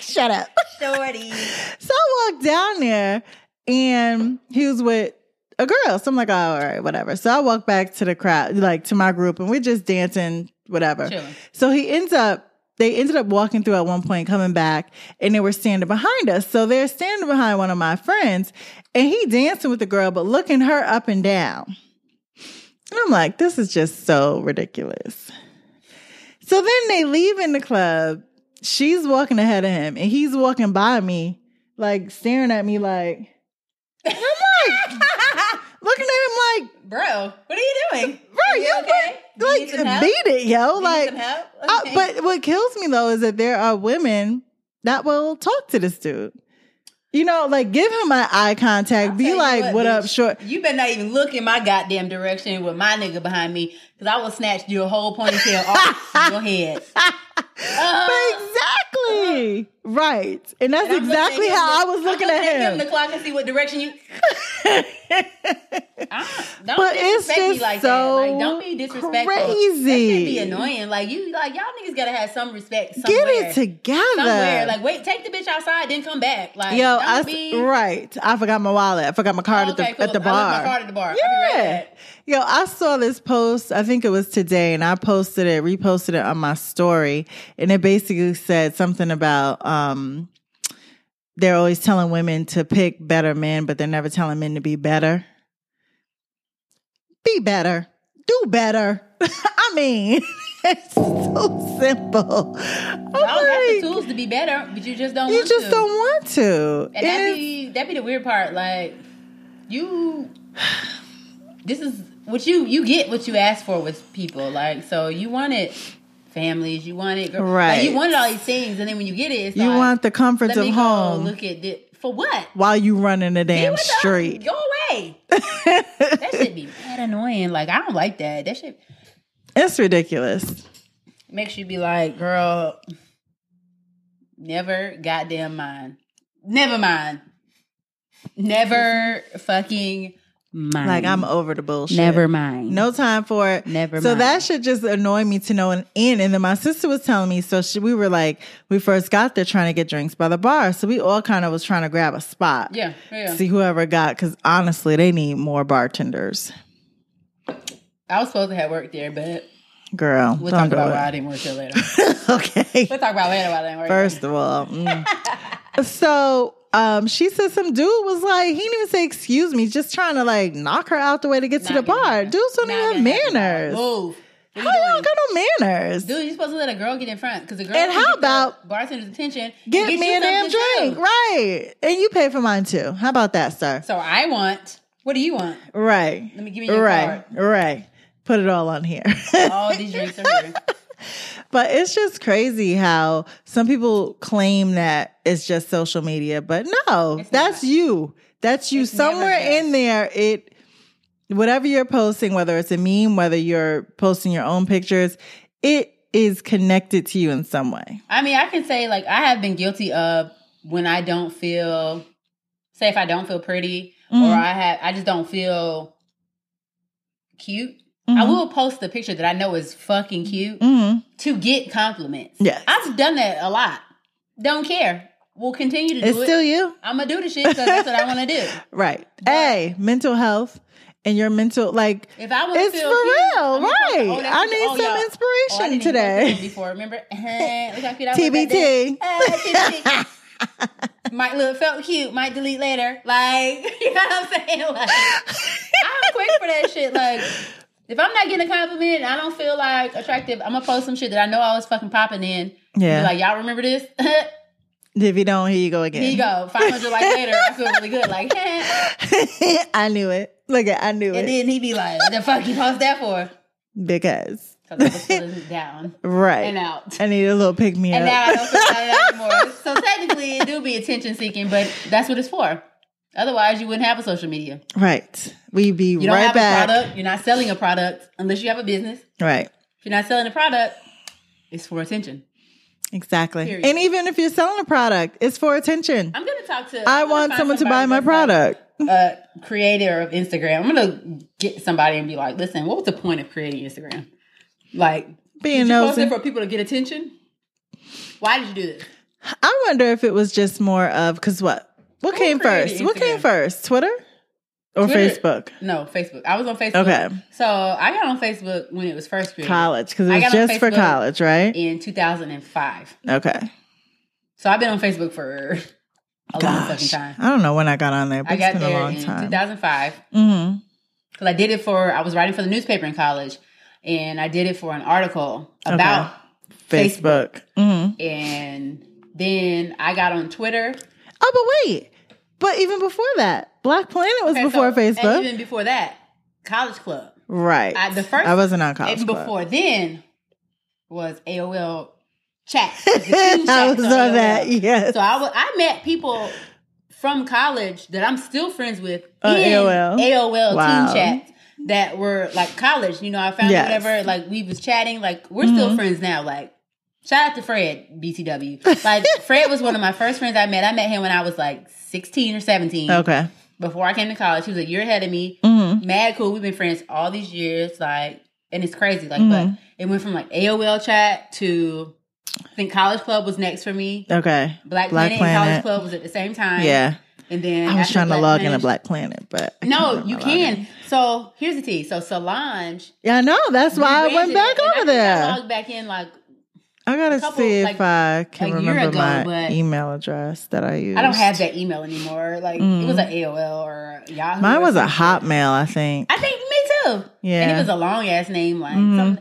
Speaker 1: Shut up.
Speaker 5: Shorty.
Speaker 1: So I walked down there and he was with a girl. So I'm like, oh, all right, whatever. So I walk back to the crowd, like to my group, and we're just dancing, whatever.
Speaker 5: Chilling.
Speaker 1: So he ends up, they ended up walking through at one point, coming back, and they were standing behind us. So they're standing behind one of my friends, and he dancing with the girl, but looking her up and down. And I'm like, this is just so ridiculous. So then they leave in the club. She's walking ahead of him, and he's walking by me, like staring at me, like, and I'm like, looking at him, like,
Speaker 5: Bro, what are you doing?
Speaker 1: bro,
Speaker 5: Are
Speaker 1: you,
Speaker 5: Do you need
Speaker 1: like,
Speaker 5: some help?
Speaker 1: beat it, yo.
Speaker 5: Do you need
Speaker 1: like,
Speaker 5: some help?
Speaker 1: uh, but what kills me though is that there are women that will talk to this dude. You know, like give him an eye contact,
Speaker 5: I'll tell
Speaker 1: be
Speaker 5: you
Speaker 1: like, "What, up,
Speaker 5: bitch?
Speaker 1: short?"
Speaker 5: You better not even look in my goddamn direction with my nigga behind me, because I will snatch your whole ponytail off your head. Uh,
Speaker 1: Exactly right, and that's
Speaker 5: Uh-huh. and Uh, I'm looking at
Speaker 1: exactly
Speaker 5: him,
Speaker 1: how I
Speaker 5: I'm
Speaker 1: was looking
Speaker 5: looking
Speaker 1: at
Speaker 5: The
Speaker 1: him.
Speaker 5: clock and see what direction you. I don't don't
Speaker 1: But it's
Speaker 5: disrespect me
Speaker 1: just
Speaker 5: like
Speaker 1: so
Speaker 5: that. Like, don't be disrespectful. That
Speaker 1: crazy.
Speaker 5: should be annoying. Like you, like y'all niggas gotta have some respect. Somewhere.
Speaker 1: Get it together.
Speaker 5: Somewhere. Like, wait, take the bitch outside, then come back. Like,
Speaker 1: Yo,
Speaker 5: don't
Speaker 1: I
Speaker 5: be.
Speaker 1: right. I forgot my wallet. I forgot my card
Speaker 5: Oh,
Speaker 1: at
Speaker 5: okay,
Speaker 1: the
Speaker 5: cool.
Speaker 1: at the
Speaker 5: I
Speaker 1: bar.
Speaker 5: left my card at the bar. I'll be right back.
Speaker 1: Yo, I saw this post. I think it was today, and I posted it, reposted it on my story, and it basically said something about um, they're always telling women to pick better men, but they're never telling men to be better. Be better. Do better. I mean, it's so simple. I'm
Speaker 5: Y'all got the
Speaker 1: like,
Speaker 5: tools to be better, but you just don't.
Speaker 1: you
Speaker 5: want
Speaker 1: just
Speaker 5: to.
Speaker 1: don't want to.
Speaker 5: And that
Speaker 1: It's-
Speaker 5: be that be the weird part. Like you, this is what you you get what you ask for with people. Like so, you wanted families, you wanted girl, Like,
Speaker 1: Right.
Speaker 5: you wanted all these things, and then when you get it, it's
Speaker 1: you
Speaker 5: like,
Speaker 1: want the comforts
Speaker 5: let
Speaker 1: of
Speaker 5: me go
Speaker 1: home
Speaker 5: Look at this for what?
Speaker 1: while you running the
Speaker 5: Hey,
Speaker 1: damn
Speaker 5: what the-
Speaker 1: street.
Speaker 5: uh, Go away. that should be mad annoying. Like I don't like that. That should
Speaker 1: It's ridiculous.
Speaker 5: makes you be like, girl, never goddamn mind. Never mind. Never fucking mind.
Speaker 1: Like I'm over the bullshit.
Speaker 5: Mm. Never mind.
Speaker 1: No time for it.
Speaker 5: Never
Speaker 1: So
Speaker 5: mind.
Speaker 1: that should just annoy me to no end. And then my sister was telling me, so she, we were like, we first got there trying to get drinks by the bar. So we all kind of was trying to grab a spot.
Speaker 5: Yeah, yeah.
Speaker 1: See whoever got, because honestly, they need more bartenders.
Speaker 5: I was supposed to have worked there, but
Speaker 1: Girl,
Speaker 5: we'll
Speaker 1: don't
Speaker 5: talk about
Speaker 1: do
Speaker 5: why I
Speaker 1: it.
Speaker 5: didn't work there later.
Speaker 1: okay.
Speaker 5: we'll talk about later why I didn't work
Speaker 1: First of all, mm. so um, she said some dude was like, he didn't even say excuse me, just trying to like knock her out the way to get to
Speaker 5: Not
Speaker 1: the
Speaker 5: gonna
Speaker 1: bar.
Speaker 5: happen.
Speaker 1: Dudes don't
Speaker 5: Not
Speaker 1: even
Speaker 5: gonna
Speaker 1: have
Speaker 5: happen.
Speaker 1: manners.
Speaker 5: Move. What
Speaker 1: How
Speaker 5: you
Speaker 1: y'all
Speaker 5: doing?
Speaker 1: got no manners?
Speaker 5: Dude, you're supposed to let a girl get in front because the girl.
Speaker 1: And
Speaker 5: can
Speaker 1: how
Speaker 5: get the
Speaker 1: about-
Speaker 5: bartender's attention? and
Speaker 1: Get,
Speaker 5: you
Speaker 1: me a damn
Speaker 5: something to
Speaker 1: drink,
Speaker 5: do.
Speaker 1: right? And you pay for mine too. How about that, sir?
Speaker 5: So I want. What do you want?
Speaker 1: Right.
Speaker 5: Let me give you your
Speaker 1: right. Right. Put it all on here.
Speaker 5: All these drinks are here.
Speaker 1: But it's just crazy how some people claim that it's just social media, but no, that's you. That's you.
Speaker 5: It's never
Speaker 1: Somewhere
Speaker 5: been.
Speaker 1: in there, it whatever you're posting, whether it's a meme, whether you're posting your own pictures, it is connected to you in some way.
Speaker 5: I mean, I can say like I have been guilty of when I don't feel, say, if I don't feel pretty
Speaker 1: Mm-hmm.
Speaker 5: or I have, I just don't feel cute.
Speaker 1: Mm-hmm.
Speaker 5: I will post the picture that I know is fucking cute
Speaker 1: Mhm.
Speaker 5: to get compliments.
Speaker 1: Yes.
Speaker 5: I've done that a lot. Don't care. We'll continue to do
Speaker 1: It's
Speaker 5: it.
Speaker 1: still you.
Speaker 5: I'm gonna do the shit because that's what I want to do.
Speaker 1: Right. A, mental health and your mental like
Speaker 5: If I was
Speaker 1: It's
Speaker 5: feel
Speaker 1: for
Speaker 5: cute,
Speaker 1: real,
Speaker 5: I'm gonna post,
Speaker 1: right.
Speaker 5: "Oh, that's
Speaker 1: I
Speaker 5: cute.
Speaker 1: need
Speaker 5: Oh,
Speaker 1: some
Speaker 5: y'all- oh,
Speaker 1: inspiration
Speaker 5: I didn't even
Speaker 1: today."
Speaker 5: post this Before, remember? Look how cute I was that day.
Speaker 1: TBT.
Speaker 5: Uh, TBT. might look felt cute. Might delete later. Like you know what I'm saying? Like I'm quick for that shit. Like. If I'm not getting a compliment and I don't feel like attractive, I'm gonna post some shit that I know I was fucking popping in.
Speaker 1: Yeah.
Speaker 5: Be like, y'all remember this? Here
Speaker 1: If you don't, here you go again.
Speaker 5: you go. 500 like later, I feel really good. Like,
Speaker 1: I knew it. Look at I knew
Speaker 5: and
Speaker 1: it.
Speaker 5: then he be like, the fuck you post that for?
Speaker 1: Because
Speaker 5: Because I was feeling down
Speaker 1: right.
Speaker 5: and out.
Speaker 1: I need a little pick me
Speaker 5: And
Speaker 1: up.
Speaker 5: now I don't feel that anymore. So technically, it do be attention seeking, but that's what it's for. Otherwise, you wouldn't have a social media.
Speaker 1: right. We be
Speaker 5: You don't
Speaker 1: right
Speaker 5: have
Speaker 1: back.
Speaker 5: a product. You're not selling a product unless you have a business. If
Speaker 1: Right.
Speaker 5: you're not selling a product, it's for attention.
Speaker 1: Exactly.
Speaker 5: Period.
Speaker 1: And even if you're selling a product, it's for attention.
Speaker 5: I'm gonna talk to.
Speaker 1: i
Speaker 5: I'm gonna
Speaker 1: want
Speaker 5: find
Speaker 1: someone to buy
Speaker 5: somebody
Speaker 1: my
Speaker 5: that's like
Speaker 1: product.
Speaker 5: a creator of Instagram. I'm gonna get somebody and be like, "Listen, what was the point of creating Instagram? Like,
Speaker 1: Being
Speaker 5: did you post
Speaker 1: nosy.
Speaker 5: it for people to get attention? Why did you do this?
Speaker 1: I wonder if it was just more of because what? What
Speaker 5: Who
Speaker 1: came
Speaker 5: created
Speaker 1: first? What came
Speaker 5: Instagram?
Speaker 1: first? Twitter or
Speaker 5: Twitter-
Speaker 1: Facebook?
Speaker 5: No, Facebook. I was on Facebook.
Speaker 1: Okay.
Speaker 5: So I got on Facebook when it was first created.
Speaker 1: College because it
Speaker 5: I
Speaker 1: was
Speaker 5: got on
Speaker 1: just for
Speaker 5: Facebook.
Speaker 1: college, right?
Speaker 5: in 2005.
Speaker 1: Okay.
Speaker 5: So I've been on Facebook for a long fucking
Speaker 1: Gosh,
Speaker 5: time.
Speaker 1: I don't know when I got on there, but
Speaker 5: I got
Speaker 1: it's been a
Speaker 5: there
Speaker 1: long
Speaker 5: in
Speaker 1: time.
Speaker 5: 2005
Speaker 1: hmm
Speaker 5: because I did it for, I was writing for the newspaper in college and I did it for an article about,
Speaker 1: Facebook. hmm
Speaker 5: and then I got on Twitter.
Speaker 1: Oh, but wait. But even before that, Black Planet was
Speaker 5: Okay,
Speaker 1: before
Speaker 5: so- and
Speaker 1: Facebook,
Speaker 5: even before that, College Club.
Speaker 1: right?
Speaker 5: I- the first-
Speaker 1: I wasn't on college.
Speaker 5: Even
Speaker 1: Club.
Speaker 5: before then was AOL chat.
Speaker 1: I was on that. Yes.
Speaker 5: So I wa- I met people from college that I'm still friends with
Speaker 1: On
Speaker 5: in
Speaker 1: AOL.
Speaker 5: AOL, AOL
Speaker 1: Wow.
Speaker 5: teen chats that were like college. You know, I found
Speaker 1: Yes. Mm-hmm.
Speaker 5: whatever. Like we was chatting. Like we're still friends now. Like shout out to Fred BTW. Like Fred was one of my first friends I met. I met him when I was like 16 or 17.
Speaker 1: okay.
Speaker 5: Before I came to college, he was like, "You're ahead of me."
Speaker 1: Mhm.
Speaker 5: Mad cool. We've been friends all these years. Like, and it's crazy. Like,
Speaker 1: Mhm.
Speaker 5: but it went from like AOL chat to. I think College Club was next for me.
Speaker 1: Okay.
Speaker 5: Black,
Speaker 1: Black
Speaker 5: Planet,
Speaker 1: Planet.
Speaker 5: and College Club was at the same time.
Speaker 1: Yeah.
Speaker 5: And then
Speaker 1: I was
Speaker 5: after
Speaker 1: trying to log in a
Speaker 5: Planet-
Speaker 1: Black Planet, but I can't
Speaker 5: No,
Speaker 1: remember
Speaker 5: you
Speaker 1: my login.
Speaker 5: can. So here's the tea. So Solange.
Speaker 1: Yeah, I know. That's why I went
Speaker 5: rebranded
Speaker 1: back
Speaker 5: it, and
Speaker 1: over
Speaker 5: I think I
Speaker 1: there.
Speaker 5: logged back in like
Speaker 1: I gotta
Speaker 5: a couple-
Speaker 1: see if
Speaker 5: like,
Speaker 1: I can
Speaker 5: a year
Speaker 1: remember
Speaker 5: ago,
Speaker 1: my
Speaker 5: but-
Speaker 1: email address that I used.
Speaker 5: I don't have that email anymore. Like it was an AOL or a Yahoo.
Speaker 1: Mm. Mine
Speaker 5: or
Speaker 1: was a
Speaker 5: some shit.
Speaker 1: Hotmail, I think.
Speaker 5: I think me too.
Speaker 1: Yeah.
Speaker 5: And it was a long ass name. Like
Speaker 1: Mhm.
Speaker 5: some,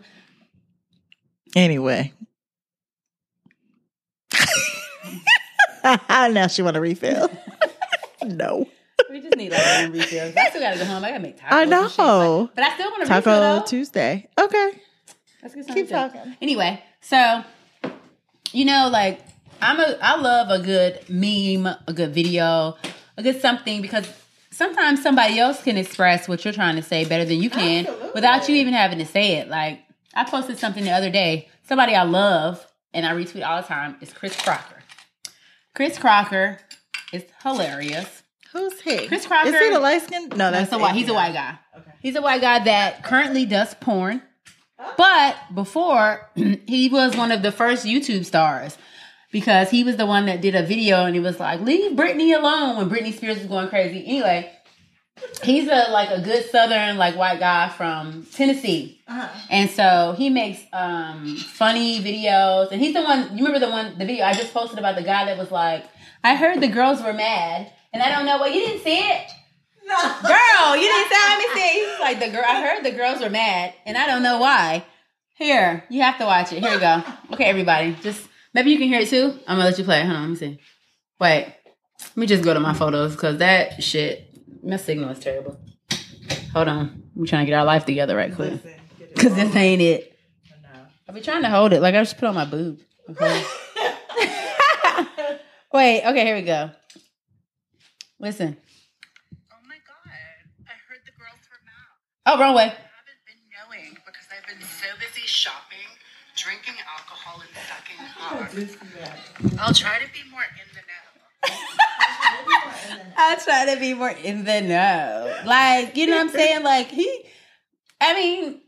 Speaker 1: Anyway. now she want to refill. no.
Speaker 5: we just need like a refill. I still gotta go home. I gotta make tacos.
Speaker 1: I
Speaker 5: and shit,
Speaker 1: know.
Speaker 5: like- but I still want to refill.
Speaker 1: Taco
Speaker 5: though.
Speaker 1: Tuesday. Okay.
Speaker 5: Let's get
Speaker 1: Keep
Speaker 5: something.
Speaker 1: talking.
Speaker 5: Anyway, so you know, like I'm a I love a good meme, a good video, a good something because sometimes somebody else can express what you're trying to say better than you can without you even having to say it. Like I posted something the other day. Somebody I love and I retweet all the time is Chris Crocker. Chris Crocker is hilarious.
Speaker 1: Who's he?
Speaker 5: Chris Crocker.
Speaker 1: Is he the light skin? No, that's
Speaker 5: That's a white. He's a white guy. He's a white guy that currently does porn, but before he was one of the first YouTube stars because he was the one that did a video and he was like, "Leave Britney alone" when Britney Spears was going crazy. Anyway, he's a like a good Southern like white guy from Tennessee,
Speaker 1: Uh-huh.
Speaker 5: and so he makes um, funny videos. And he's the one. You remember the one the video I just posted about the guy that was like, "I heard the girls were mad." And I don't know. Well, you didn't see it. Girl, you didn't tell me see. Like the girl, I heard the girls were mad, and I don't know why. Here, you have to watch it. Here you go. Okay, everybody, just maybe you can hear it too. I'm gonna let you play. it. Hold on, let me see. Wait, let me just go to my photos because that shit, my signal is terrible. Hold on, we're trying to get our life together right quick because this ain't it. I've been trying to hold it. Like I just put on my boob. Okay. Wait. Okay. Here we go. Listen.
Speaker 3: Oh my god, I heard the girls were mad.
Speaker 5: Oh, wrong way.
Speaker 3: I haven't been knowing because I've been so busy shopping, drinking alcohol, and sucking hard. I'll try to be more in the know.
Speaker 5: I try to be more in the know. Like, you know what I'm saying? Like, he, I mean,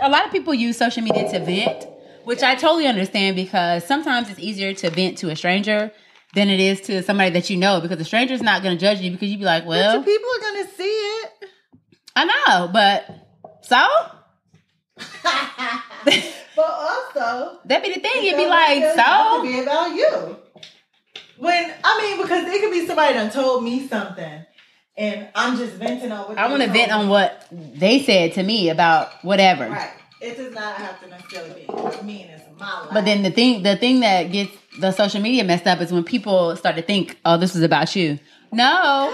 Speaker 5: a lot of people use social media to vent, which I totally understand because sometimes it's easier to vent to a stranger than it is to somebody that you know because the stranger's not going to judge you because you'd be like, well,
Speaker 1: People are gonna see it.
Speaker 5: I know, but so?
Speaker 2: But also,
Speaker 5: That'd be the thing. You'd
Speaker 2: it
Speaker 5: be like,
Speaker 2: could
Speaker 5: so?
Speaker 2: be about you. When I mean, because it could be somebody done told me something, and I'm just venting on what
Speaker 5: I
Speaker 2: they
Speaker 5: want to
Speaker 2: told
Speaker 5: vent
Speaker 2: me.
Speaker 5: on what they said to me about whatever.
Speaker 2: Right. It does not have to necessarily be me and it's my life.
Speaker 5: But then the thing the thing that gets the social media messed up is when people start to think, oh, this is about you. No.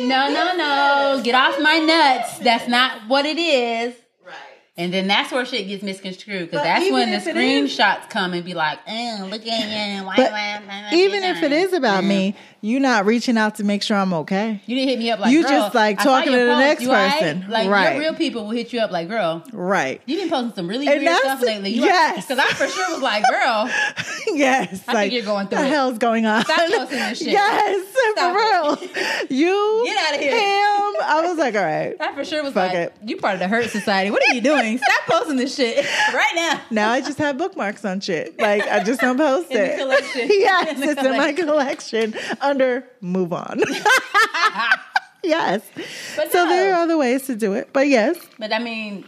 Speaker 5: No, no, no. Get off my nuts. That's not what it is.
Speaker 2: right.
Speaker 5: And then that's where shit gets misconstrued because
Speaker 1: But
Speaker 5: that's
Speaker 1: even
Speaker 5: when the
Speaker 1: if it is-
Speaker 5: screenshots come and be like, "Eh, look at you. Why,
Speaker 1: But
Speaker 5: why- why- why-
Speaker 1: Even
Speaker 5: why-
Speaker 1: if it is about me, you not reaching out to make sure I'm okay.
Speaker 5: You didn't hit me up like
Speaker 1: You
Speaker 5: "Girl,
Speaker 1: just, like,
Speaker 5: I saw
Speaker 1: talking
Speaker 5: your
Speaker 1: to the
Speaker 5: post.
Speaker 1: next
Speaker 5: You all right?"
Speaker 1: person.
Speaker 5: Like
Speaker 1: Right.
Speaker 5: your real people will hit you up like, girl,
Speaker 1: Right.
Speaker 5: you been posting some really
Speaker 1: And
Speaker 5: weird
Speaker 1: that's
Speaker 5: stuff lately. You
Speaker 1: yes.
Speaker 5: Because I for sure was like, girl,
Speaker 1: yes.
Speaker 5: think you're going through
Speaker 1: The
Speaker 5: it.
Speaker 1: hell's going on?
Speaker 5: Stop posting this shit.
Speaker 1: Yes,
Speaker 5: Stop
Speaker 1: for real. You
Speaker 5: Get outta here.
Speaker 1: Him. I was like, all right.
Speaker 5: I for sure was
Speaker 1: Fuck
Speaker 5: like,
Speaker 1: it.
Speaker 5: you part of the Hurt Society. What are you doing? Stop posting this shit right now.
Speaker 1: Now I just have bookmarks on shit. Like I just don't post
Speaker 5: In the
Speaker 1: it.
Speaker 5: collection.
Speaker 1: yes,
Speaker 5: In the
Speaker 1: it's in my collection under move on. yes.
Speaker 5: But
Speaker 1: so there
Speaker 5: no.
Speaker 1: are other ways to do it. But yes,
Speaker 5: But I mean,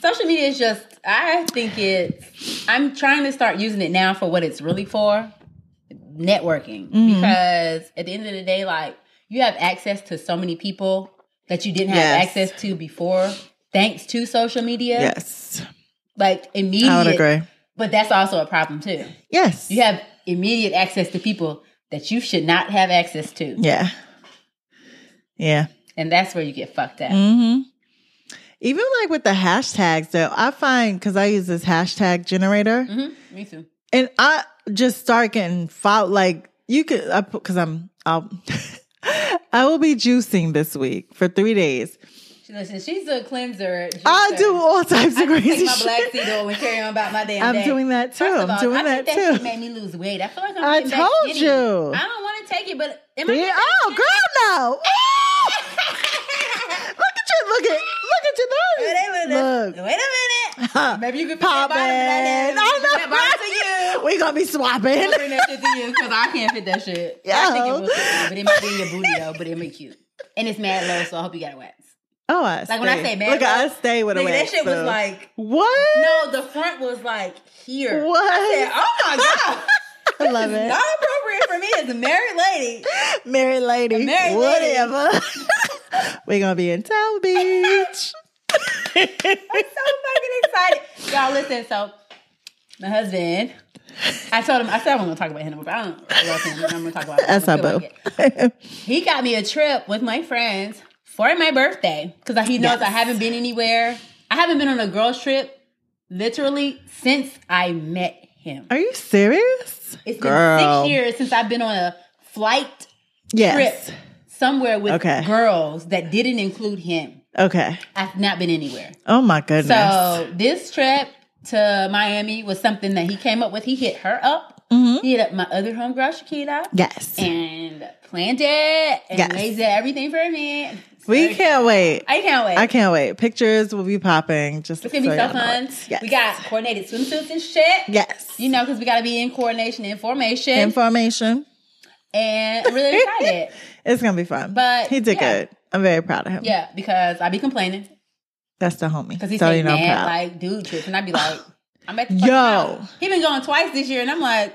Speaker 5: social media is just, I think it's, I'm trying to start using it now for what it's really for networking.
Speaker 1: Mm-hmm.
Speaker 5: Because at the end of the day, like, you have access to so many people that you didn't have
Speaker 1: Yes.
Speaker 5: access to before, thanks to social media.
Speaker 1: yes.
Speaker 5: Like, immediate.
Speaker 1: I would agree.
Speaker 5: But that's also a problem, too.
Speaker 1: Yes.
Speaker 5: You have immediate access to people that you should not have access to.
Speaker 1: Yeah. Yeah.
Speaker 5: And that's where you get fucked at.
Speaker 1: hmm Even like with the hashtags though, I find because I use this hashtag generator.
Speaker 5: Mm-hmm. Me too.
Speaker 1: and I just start getting foul. Like you could, I put because I'm, I'll, I will be juicing this week for three days.
Speaker 5: She- Listen, she's a cleanser.
Speaker 1: I do all types of
Speaker 5: I just
Speaker 1: crazy
Speaker 5: take my black
Speaker 1: shit.
Speaker 5: seed oil and carry on about my damn
Speaker 1: I'm
Speaker 5: day.
Speaker 1: doing that too.
Speaker 5: First of
Speaker 1: I'm
Speaker 5: all,
Speaker 1: doing
Speaker 5: I
Speaker 1: that
Speaker 5: think that
Speaker 1: too.
Speaker 5: shit made me lose weight. I feel like I'm
Speaker 1: I
Speaker 5: getting back
Speaker 1: told
Speaker 5: skinny.
Speaker 1: you.
Speaker 5: I don't want to take it, but am I
Speaker 1: See?
Speaker 5: getting back
Speaker 1: Oh,
Speaker 5: skinny?
Speaker 1: girl, no. look at you. Look at look at you.
Speaker 5: Wait a
Speaker 1: Look.
Speaker 5: minute. Wait a minute.
Speaker 1: Huh.
Speaker 5: Maybe you could fit that
Speaker 1: Pop
Speaker 5: bottom in that
Speaker 1: it.
Speaker 5: ass. That bottom to
Speaker 1: I
Speaker 5: you.
Speaker 1: know. We gonna be swapping.
Speaker 5: I'll Bring that shit to you because I can't fit that shit. I think it
Speaker 1: Yo.
Speaker 5: will fit you, but it might be in your booty though. But it be cute, and it's mad low, so I hope you got a wax.
Speaker 1: Oh, I
Speaker 5: Like when I
Speaker 1: stay.
Speaker 5: say mad
Speaker 1: look, I
Speaker 5: low,
Speaker 1: stay with a
Speaker 5: Nigga, that
Speaker 1: wax,
Speaker 5: shit
Speaker 1: so.
Speaker 5: was like
Speaker 1: what?
Speaker 5: no, the front was like here.
Speaker 1: What?
Speaker 5: I said, oh my god.
Speaker 1: I love it.
Speaker 5: Not appropriate for me as a married lady.
Speaker 1: Married lady.
Speaker 5: Married lady.
Speaker 1: whatever. We're gonna be in Town Beach.
Speaker 5: So fucking excited. Y'all listen, so my husband, I told him, I said I wasn't gonna talk about him, but I don't I love him. and I'm gonna talk about him.
Speaker 1: That's
Speaker 5: I
Speaker 1: our
Speaker 5: feel
Speaker 1: boo.
Speaker 5: like it. He got me a trip with my friends for my birthday. Cause he knows I haven't been anywhere. I haven't been on a girls trip literally since I met him.
Speaker 1: Are you serious?
Speaker 5: It's
Speaker 1: Girl.
Speaker 5: been six years since I've been on a flight
Speaker 1: Yes.
Speaker 5: trip somewhere with
Speaker 1: Okay.
Speaker 5: girls that didn't include him.
Speaker 1: Okay.
Speaker 5: I've not been anywhere.
Speaker 1: Oh my goodness.
Speaker 5: So this trip to Miami was something that he came up with. He hit her up mm Hit up my other homegirl Shakita
Speaker 1: Mm-hmm. Yes.
Speaker 5: and planned it, and
Speaker 1: Yes.
Speaker 5: they did everything for me.
Speaker 1: we
Speaker 5: So-
Speaker 1: can't wait.
Speaker 5: I can't wait.
Speaker 1: I can't wait. Pictures will be popping. Just
Speaker 5: It's gonna be
Speaker 1: so
Speaker 5: so
Speaker 1: y'all know
Speaker 5: fun.
Speaker 1: it. Yes.
Speaker 5: We got coordinated swimsuits and shit.
Speaker 1: yes.
Speaker 5: You know, because we got to be in coordination and formation.
Speaker 1: information.
Speaker 5: and I'm really excited.
Speaker 1: It's gonna be fun.
Speaker 5: But,
Speaker 1: he did
Speaker 5: yeah.
Speaker 1: good. I'm very proud of him.
Speaker 5: yeah, because I be complaining.
Speaker 1: That's the homie.
Speaker 5: Because he's
Speaker 1: so
Speaker 5: so
Speaker 1: you know, I'm
Speaker 5: mad,
Speaker 1: proud.
Speaker 5: like, dude trips. And I'd be like, I'm at the
Speaker 1: Yo.
Speaker 5: fucking house. He been going twice this year, and I'm like,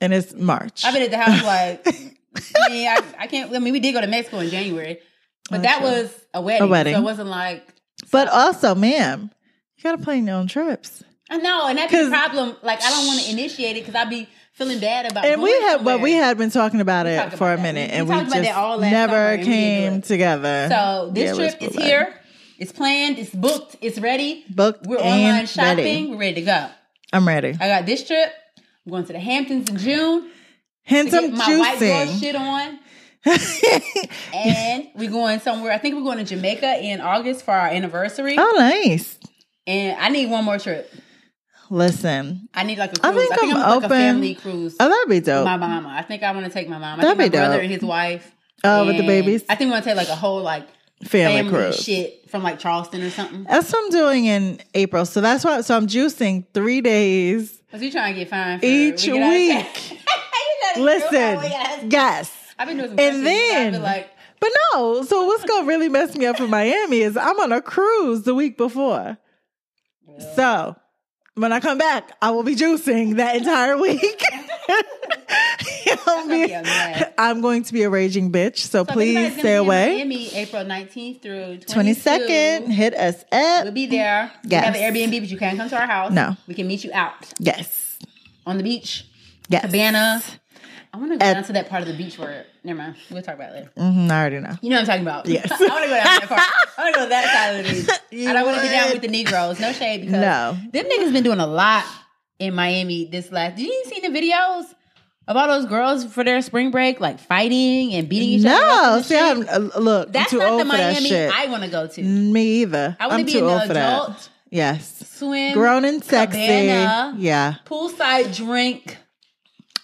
Speaker 1: and it's March.
Speaker 5: I've been at the house like, I mean, I, I can't, I mean, we did go to Mexico in January, but
Speaker 1: Oh,
Speaker 5: that
Speaker 1: true.
Speaker 5: was a wedding.
Speaker 1: A wedding.
Speaker 5: So it wasn't like,
Speaker 1: but also, ma'am, you gotta plan your own trips.
Speaker 5: I know, and that's the
Speaker 1: 'Cause-
Speaker 5: problem. Like, I don't want to initiate it because I'd be feeling bad about
Speaker 1: And we
Speaker 5: going
Speaker 1: had, but
Speaker 5: somewhere.
Speaker 1: we had been talking about
Speaker 5: We
Speaker 1: it
Speaker 5: talked
Speaker 1: for
Speaker 5: about
Speaker 1: a
Speaker 5: that.
Speaker 1: minute,
Speaker 5: We
Speaker 1: and we
Speaker 5: talked
Speaker 1: just
Speaker 5: about that all last summer,
Speaker 1: never
Speaker 5: and we didn't do
Speaker 1: came
Speaker 5: it.
Speaker 1: together.
Speaker 5: So
Speaker 1: Yeah,
Speaker 5: this
Speaker 1: it was
Speaker 5: trip is
Speaker 1: bootleg.
Speaker 5: here. It's planned. It's booked. It's ready.
Speaker 1: Booked
Speaker 5: We're
Speaker 1: and
Speaker 5: online shopping.
Speaker 1: ready.
Speaker 5: We're ready to go.
Speaker 1: I'm ready.
Speaker 5: I got this trip. I'm going to the Hamptons in June.
Speaker 1: Hence,
Speaker 5: to
Speaker 1: I'm
Speaker 5: get my white girl
Speaker 1: juicing.
Speaker 5: shit on. and we're going somewhere. I think we're going to Jamaica in August for our anniversary.
Speaker 1: Oh, nice.
Speaker 5: And I need one more trip.
Speaker 1: Listen,
Speaker 5: I need like a
Speaker 1: I
Speaker 5: cruise. I
Speaker 1: think
Speaker 5: think, I
Speaker 1: I'm
Speaker 5: am like a
Speaker 1: open.
Speaker 5: family cruise.
Speaker 1: oh, that'd be
Speaker 5: with
Speaker 1: dope.
Speaker 5: My mama. I think I want to take my mama. I
Speaker 1: That'd
Speaker 5: think
Speaker 1: be
Speaker 5: my brother
Speaker 1: dope.
Speaker 5: and his wife.
Speaker 1: Oh, with the
Speaker 5: And
Speaker 1: babies?
Speaker 5: I think I want to take like a whole like
Speaker 1: family,
Speaker 5: family
Speaker 1: cruise.
Speaker 5: shit from like Charleston or something.
Speaker 1: That's what I'm doing in April. So that's why. So I'm juicing three days
Speaker 5: Cause you trying to get fined for
Speaker 1: Each
Speaker 5: we get out-
Speaker 1: week.
Speaker 5: You gotta feel my way out.
Speaker 1: Listen, yes.
Speaker 5: I've been doing some
Speaker 1: And
Speaker 5: and then
Speaker 1: then-
Speaker 5: like
Speaker 1: But no, so what's gonna really mess me up in Miami is I'm on a cruise the week before. So when I come back, I will be juicing that entire week. I'll
Speaker 5: gonna
Speaker 1: be-
Speaker 5: be a mess.
Speaker 1: I'm going to be a raging bitch, so,
Speaker 5: so if
Speaker 1: please
Speaker 5: anybody's gonna
Speaker 1: stay
Speaker 5: be in
Speaker 1: away.
Speaker 5: Miami, April nineteenth through
Speaker 1: 22nd,
Speaker 5: 22nd.
Speaker 1: hit us up.
Speaker 5: We'll be there.
Speaker 1: Yes.
Speaker 5: We have an Airbnb, but you can't come to our house.
Speaker 1: No.
Speaker 5: we can meet you out
Speaker 1: Yes.
Speaker 5: on the beach,
Speaker 1: Yes.
Speaker 5: cabana. I want to go
Speaker 1: At-
Speaker 5: down to that part of the beach where. Never mind. We'll talk about it later.
Speaker 1: Mhm, I already know.
Speaker 5: You know what I'm talking about.
Speaker 1: Yes.
Speaker 5: I want to go down to that part. I want to go to that side of the beach.
Speaker 1: You
Speaker 5: And I want to get down
Speaker 1: would.
Speaker 5: with the Negroes. No shade because
Speaker 1: No.
Speaker 5: them niggas been doing a lot in Miami this last. Did you see the videos of all those girls for their spring break, like fighting and beating each other? up
Speaker 1: No,
Speaker 5: and
Speaker 1: see,
Speaker 5: shit?
Speaker 1: I'm, uh, look,
Speaker 5: that's
Speaker 1: I'm too
Speaker 5: not
Speaker 1: old
Speaker 5: the
Speaker 1: for that
Speaker 5: Miami
Speaker 1: shit.
Speaker 5: I want to go to.
Speaker 1: Me either.
Speaker 5: I
Speaker 1: I'm
Speaker 5: want to be
Speaker 1: too
Speaker 5: in
Speaker 1: old
Speaker 5: the
Speaker 1: for that.
Speaker 5: adult
Speaker 1: Yes.
Speaker 5: swim,
Speaker 1: Grown and sexy.
Speaker 5: cabana,
Speaker 1: Yeah.
Speaker 5: poolside drink,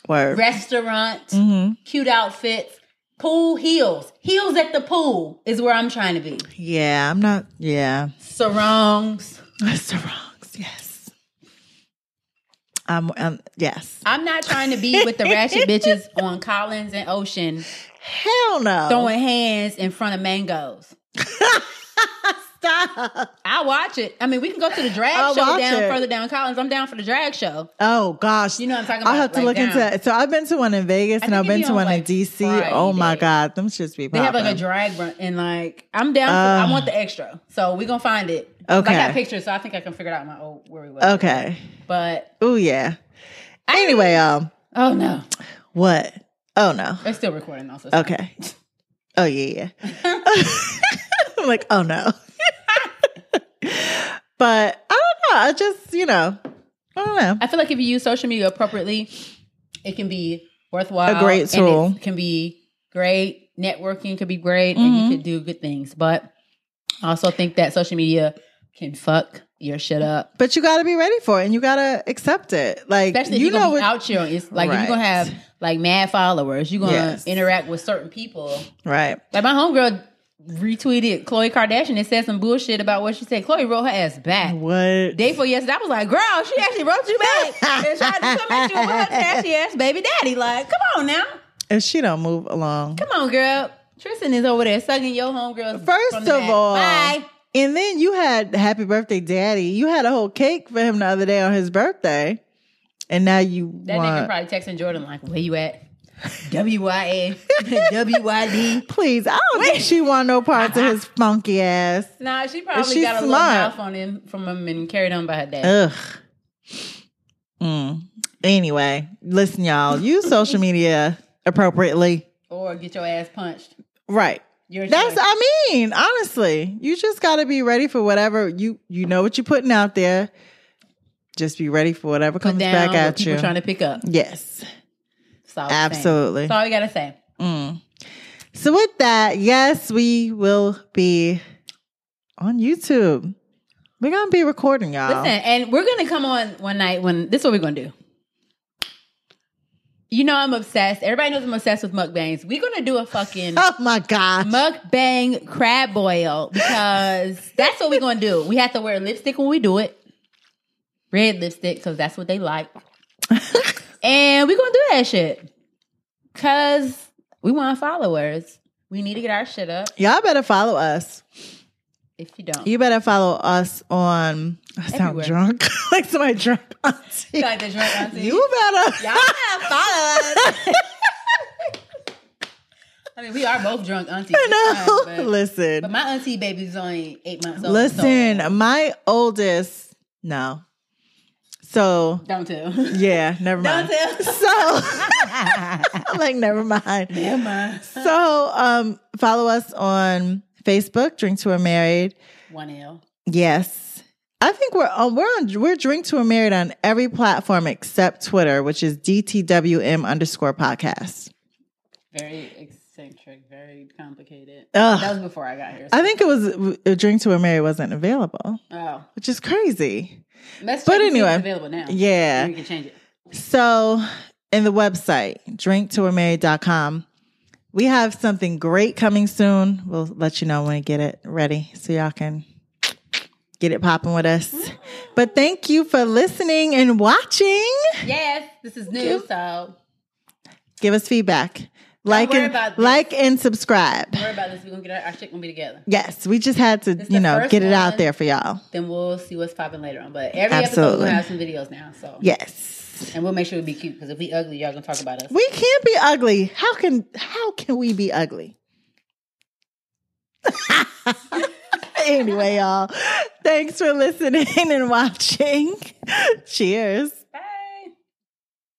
Speaker 1: Word.
Speaker 5: restaurant,
Speaker 1: Mm-hmm.
Speaker 5: cute outfits, pool heels, heels at the pool is where I'm trying to be.
Speaker 1: Yeah, I'm not. Yeah,
Speaker 5: Sarongs.
Speaker 1: that's the wrongs. Yes, I'm. Um, yes,
Speaker 5: I'm not trying to be with the ratchet bitches on Collins and Ocean
Speaker 1: hell no.
Speaker 5: throwing hands in front of mangoes.
Speaker 1: Stop.
Speaker 5: I watch it. I mean, we can go to the drag
Speaker 1: I'll
Speaker 5: show
Speaker 1: watch
Speaker 5: down
Speaker 1: it.
Speaker 5: further down Collins. I'm down for the drag show.
Speaker 1: Oh gosh,
Speaker 5: You know what I'm talking
Speaker 1: I'll
Speaker 5: about,
Speaker 1: have to
Speaker 5: like,
Speaker 1: look
Speaker 5: down.
Speaker 1: into it. So I've been to one in Vegas and
Speaker 5: think
Speaker 1: I've
Speaker 5: it'd
Speaker 1: been
Speaker 5: be
Speaker 1: to
Speaker 5: on,
Speaker 1: one in
Speaker 5: like,
Speaker 1: DC. Oh my
Speaker 5: Friday.
Speaker 1: god, them shits be
Speaker 5: They have
Speaker 1: popping.
Speaker 5: like a drag run and like I'm down.
Speaker 1: Uh.
Speaker 5: for, I want the extra, so we gonna find it. 'Cause
Speaker 1: Okay.
Speaker 5: I got pictures, so I think I can figure out my old where we was.
Speaker 1: okay.
Speaker 5: But
Speaker 1: Oh yeah. Anyway, um,
Speaker 5: oh no,
Speaker 1: what? Oh no.
Speaker 5: it's still recording also. so-
Speaker 1: Okay. Oh yeah. yeah. I'm like, oh no. but I don't know. I just, you know, I don't know.
Speaker 5: I feel like if you use social media appropriately, it can be worthwhile.
Speaker 1: A great
Speaker 5: and
Speaker 1: tool.
Speaker 5: It can be great. Networking could be great,
Speaker 1: Mm-hmm.
Speaker 5: and you could do good things. But I also think that social media can fuck your shit up.
Speaker 1: But you got to be ready for it, and you got to accept it. Like
Speaker 5: Especially if
Speaker 1: you
Speaker 5: you are
Speaker 1: know
Speaker 5: gonna be
Speaker 1: what?
Speaker 5: out here, it's like if you're gonna
Speaker 1: Right.
Speaker 5: have like mad followers. You're gonna
Speaker 1: Yes.
Speaker 5: interact with certain people.
Speaker 1: right.
Speaker 5: Like my homegirl retweeted Khloe Kardashian and said some bullshit about what she said. Khloe wrote her ass back.
Speaker 1: What?
Speaker 5: Day before yesterday, I was like, girl, she actually wrote you back and tried to come at you with her trashy ass baby daddy. Like, come on now.
Speaker 1: if she don't move along,
Speaker 5: Come on, girl. Tristan is over there sucking your homegirls.
Speaker 1: first
Speaker 5: from
Speaker 1: of
Speaker 5: the back.
Speaker 1: all,
Speaker 5: Bye.
Speaker 1: and then you had Happy Birthday, Daddy. You had a whole cake for him the other day on his birthday, and now you
Speaker 5: That nigga
Speaker 1: want.
Speaker 5: probably texting Jordan, like, where you at? WYA, WYD.
Speaker 1: Please, I don't think she want no parts of his funky ass.
Speaker 5: Nah, she probably
Speaker 1: she's
Speaker 5: got a
Speaker 1: smart.
Speaker 5: little mouth on him from him and carried on by her dad.
Speaker 1: Ugh. Mm. Anyway, listen, y'all. Use social media appropriately.
Speaker 5: or get your ass punched.
Speaker 1: Right.
Speaker 5: Your
Speaker 1: That's.
Speaker 5: choice.
Speaker 1: I mean, honestly, you just got to be ready for whatever you you know what you're putting out there. Just be ready for whatever comes
Speaker 5: down
Speaker 1: back
Speaker 5: what
Speaker 1: at
Speaker 5: people
Speaker 1: you.
Speaker 5: trying to pick up.
Speaker 1: yes.
Speaker 5: That's all I'm saying.
Speaker 1: Absolutely.
Speaker 5: That's all you gotta say.
Speaker 1: So with that, yes, we will be on YouTube. We're gonna be Oh. recording, y'all.
Speaker 5: Listen, and we're gonna come on one night when this is what we're gonna do. You know I'm obsessed. Everybody knows I'm obsessed with mukbangs. We're gonna do a fucking
Speaker 1: Oh my god.
Speaker 5: mukbang crab boil because that's what we're gonna do. We have to wear lipstick when we do it, red lipstick because that's what they like, and we're gonna do that shit because we want followers. We need to get our shit up.
Speaker 1: Y'all better follow us.
Speaker 5: If you don't,
Speaker 1: You better follow us on. I sound
Speaker 5: Everywhere.
Speaker 1: drunk, like somebody drunk. auntie.
Speaker 5: You like the drunk auntie?
Speaker 1: You better.
Speaker 5: Y'all gotta follow us. I mean, we are both drunk aunties.
Speaker 1: I
Speaker 5: It's
Speaker 1: know.
Speaker 5: fine, but-
Speaker 1: listen,
Speaker 5: But my auntie baby's only eight months old.
Speaker 1: listen.
Speaker 5: so
Speaker 1: My oldest, no. So
Speaker 5: don't tell.
Speaker 1: yeah, never mind.
Speaker 5: Don't tell.
Speaker 1: So I'm like, never mind.
Speaker 5: Never mind.
Speaker 1: So um, follow us on Facebook. Drink to a married.
Speaker 5: One L.
Speaker 1: Yes. I think we're on we're on we're drink to a married on every platform except Twitter, which is DTWM underscore podcast.
Speaker 5: Very eccentric, very complicated.
Speaker 1: Ugh.
Speaker 5: That was before I got here.
Speaker 1: I think it was a drink to a married wasn't available,
Speaker 5: Oh,
Speaker 1: which is crazy.
Speaker 5: that's
Speaker 1: But
Speaker 5: but anyway,
Speaker 1: anyway,
Speaker 5: it's available now.
Speaker 1: yeah.
Speaker 5: we can change it.
Speaker 1: So in the website, drinktoamarried.com, we have something great coming soon. We'll let you know when we get it ready so y'all can get it popping with us. But thank you for listening and watching.
Speaker 5: Yes, this is new, so
Speaker 1: give us feedback. Like
Speaker 5: worry
Speaker 1: and
Speaker 5: about this.
Speaker 1: like and subscribe.
Speaker 5: don't worry about this. We're gonna get our, our shit gonna be together.
Speaker 1: Yes, we just had to,
Speaker 5: This
Speaker 1: you
Speaker 5: the
Speaker 1: know,
Speaker 5: first
Speaker 1: get it out
Speaker 5: one.
Speaker 1: there for y'all.
Speaker 5: Then we'll see what's popping later on. But every episode
Speaker 1: Absolutely.
Speaker 5: we'll have some videos now. So
Speaker 1: Yes.
Speaker 5: and we'll make sure we be cute because if we ugly, y'all gonna talk about us.
Speaker 1: We can't be ugly. How can how can we be ugly? anyway, y'all. Thanks for listening and watching. Cheers.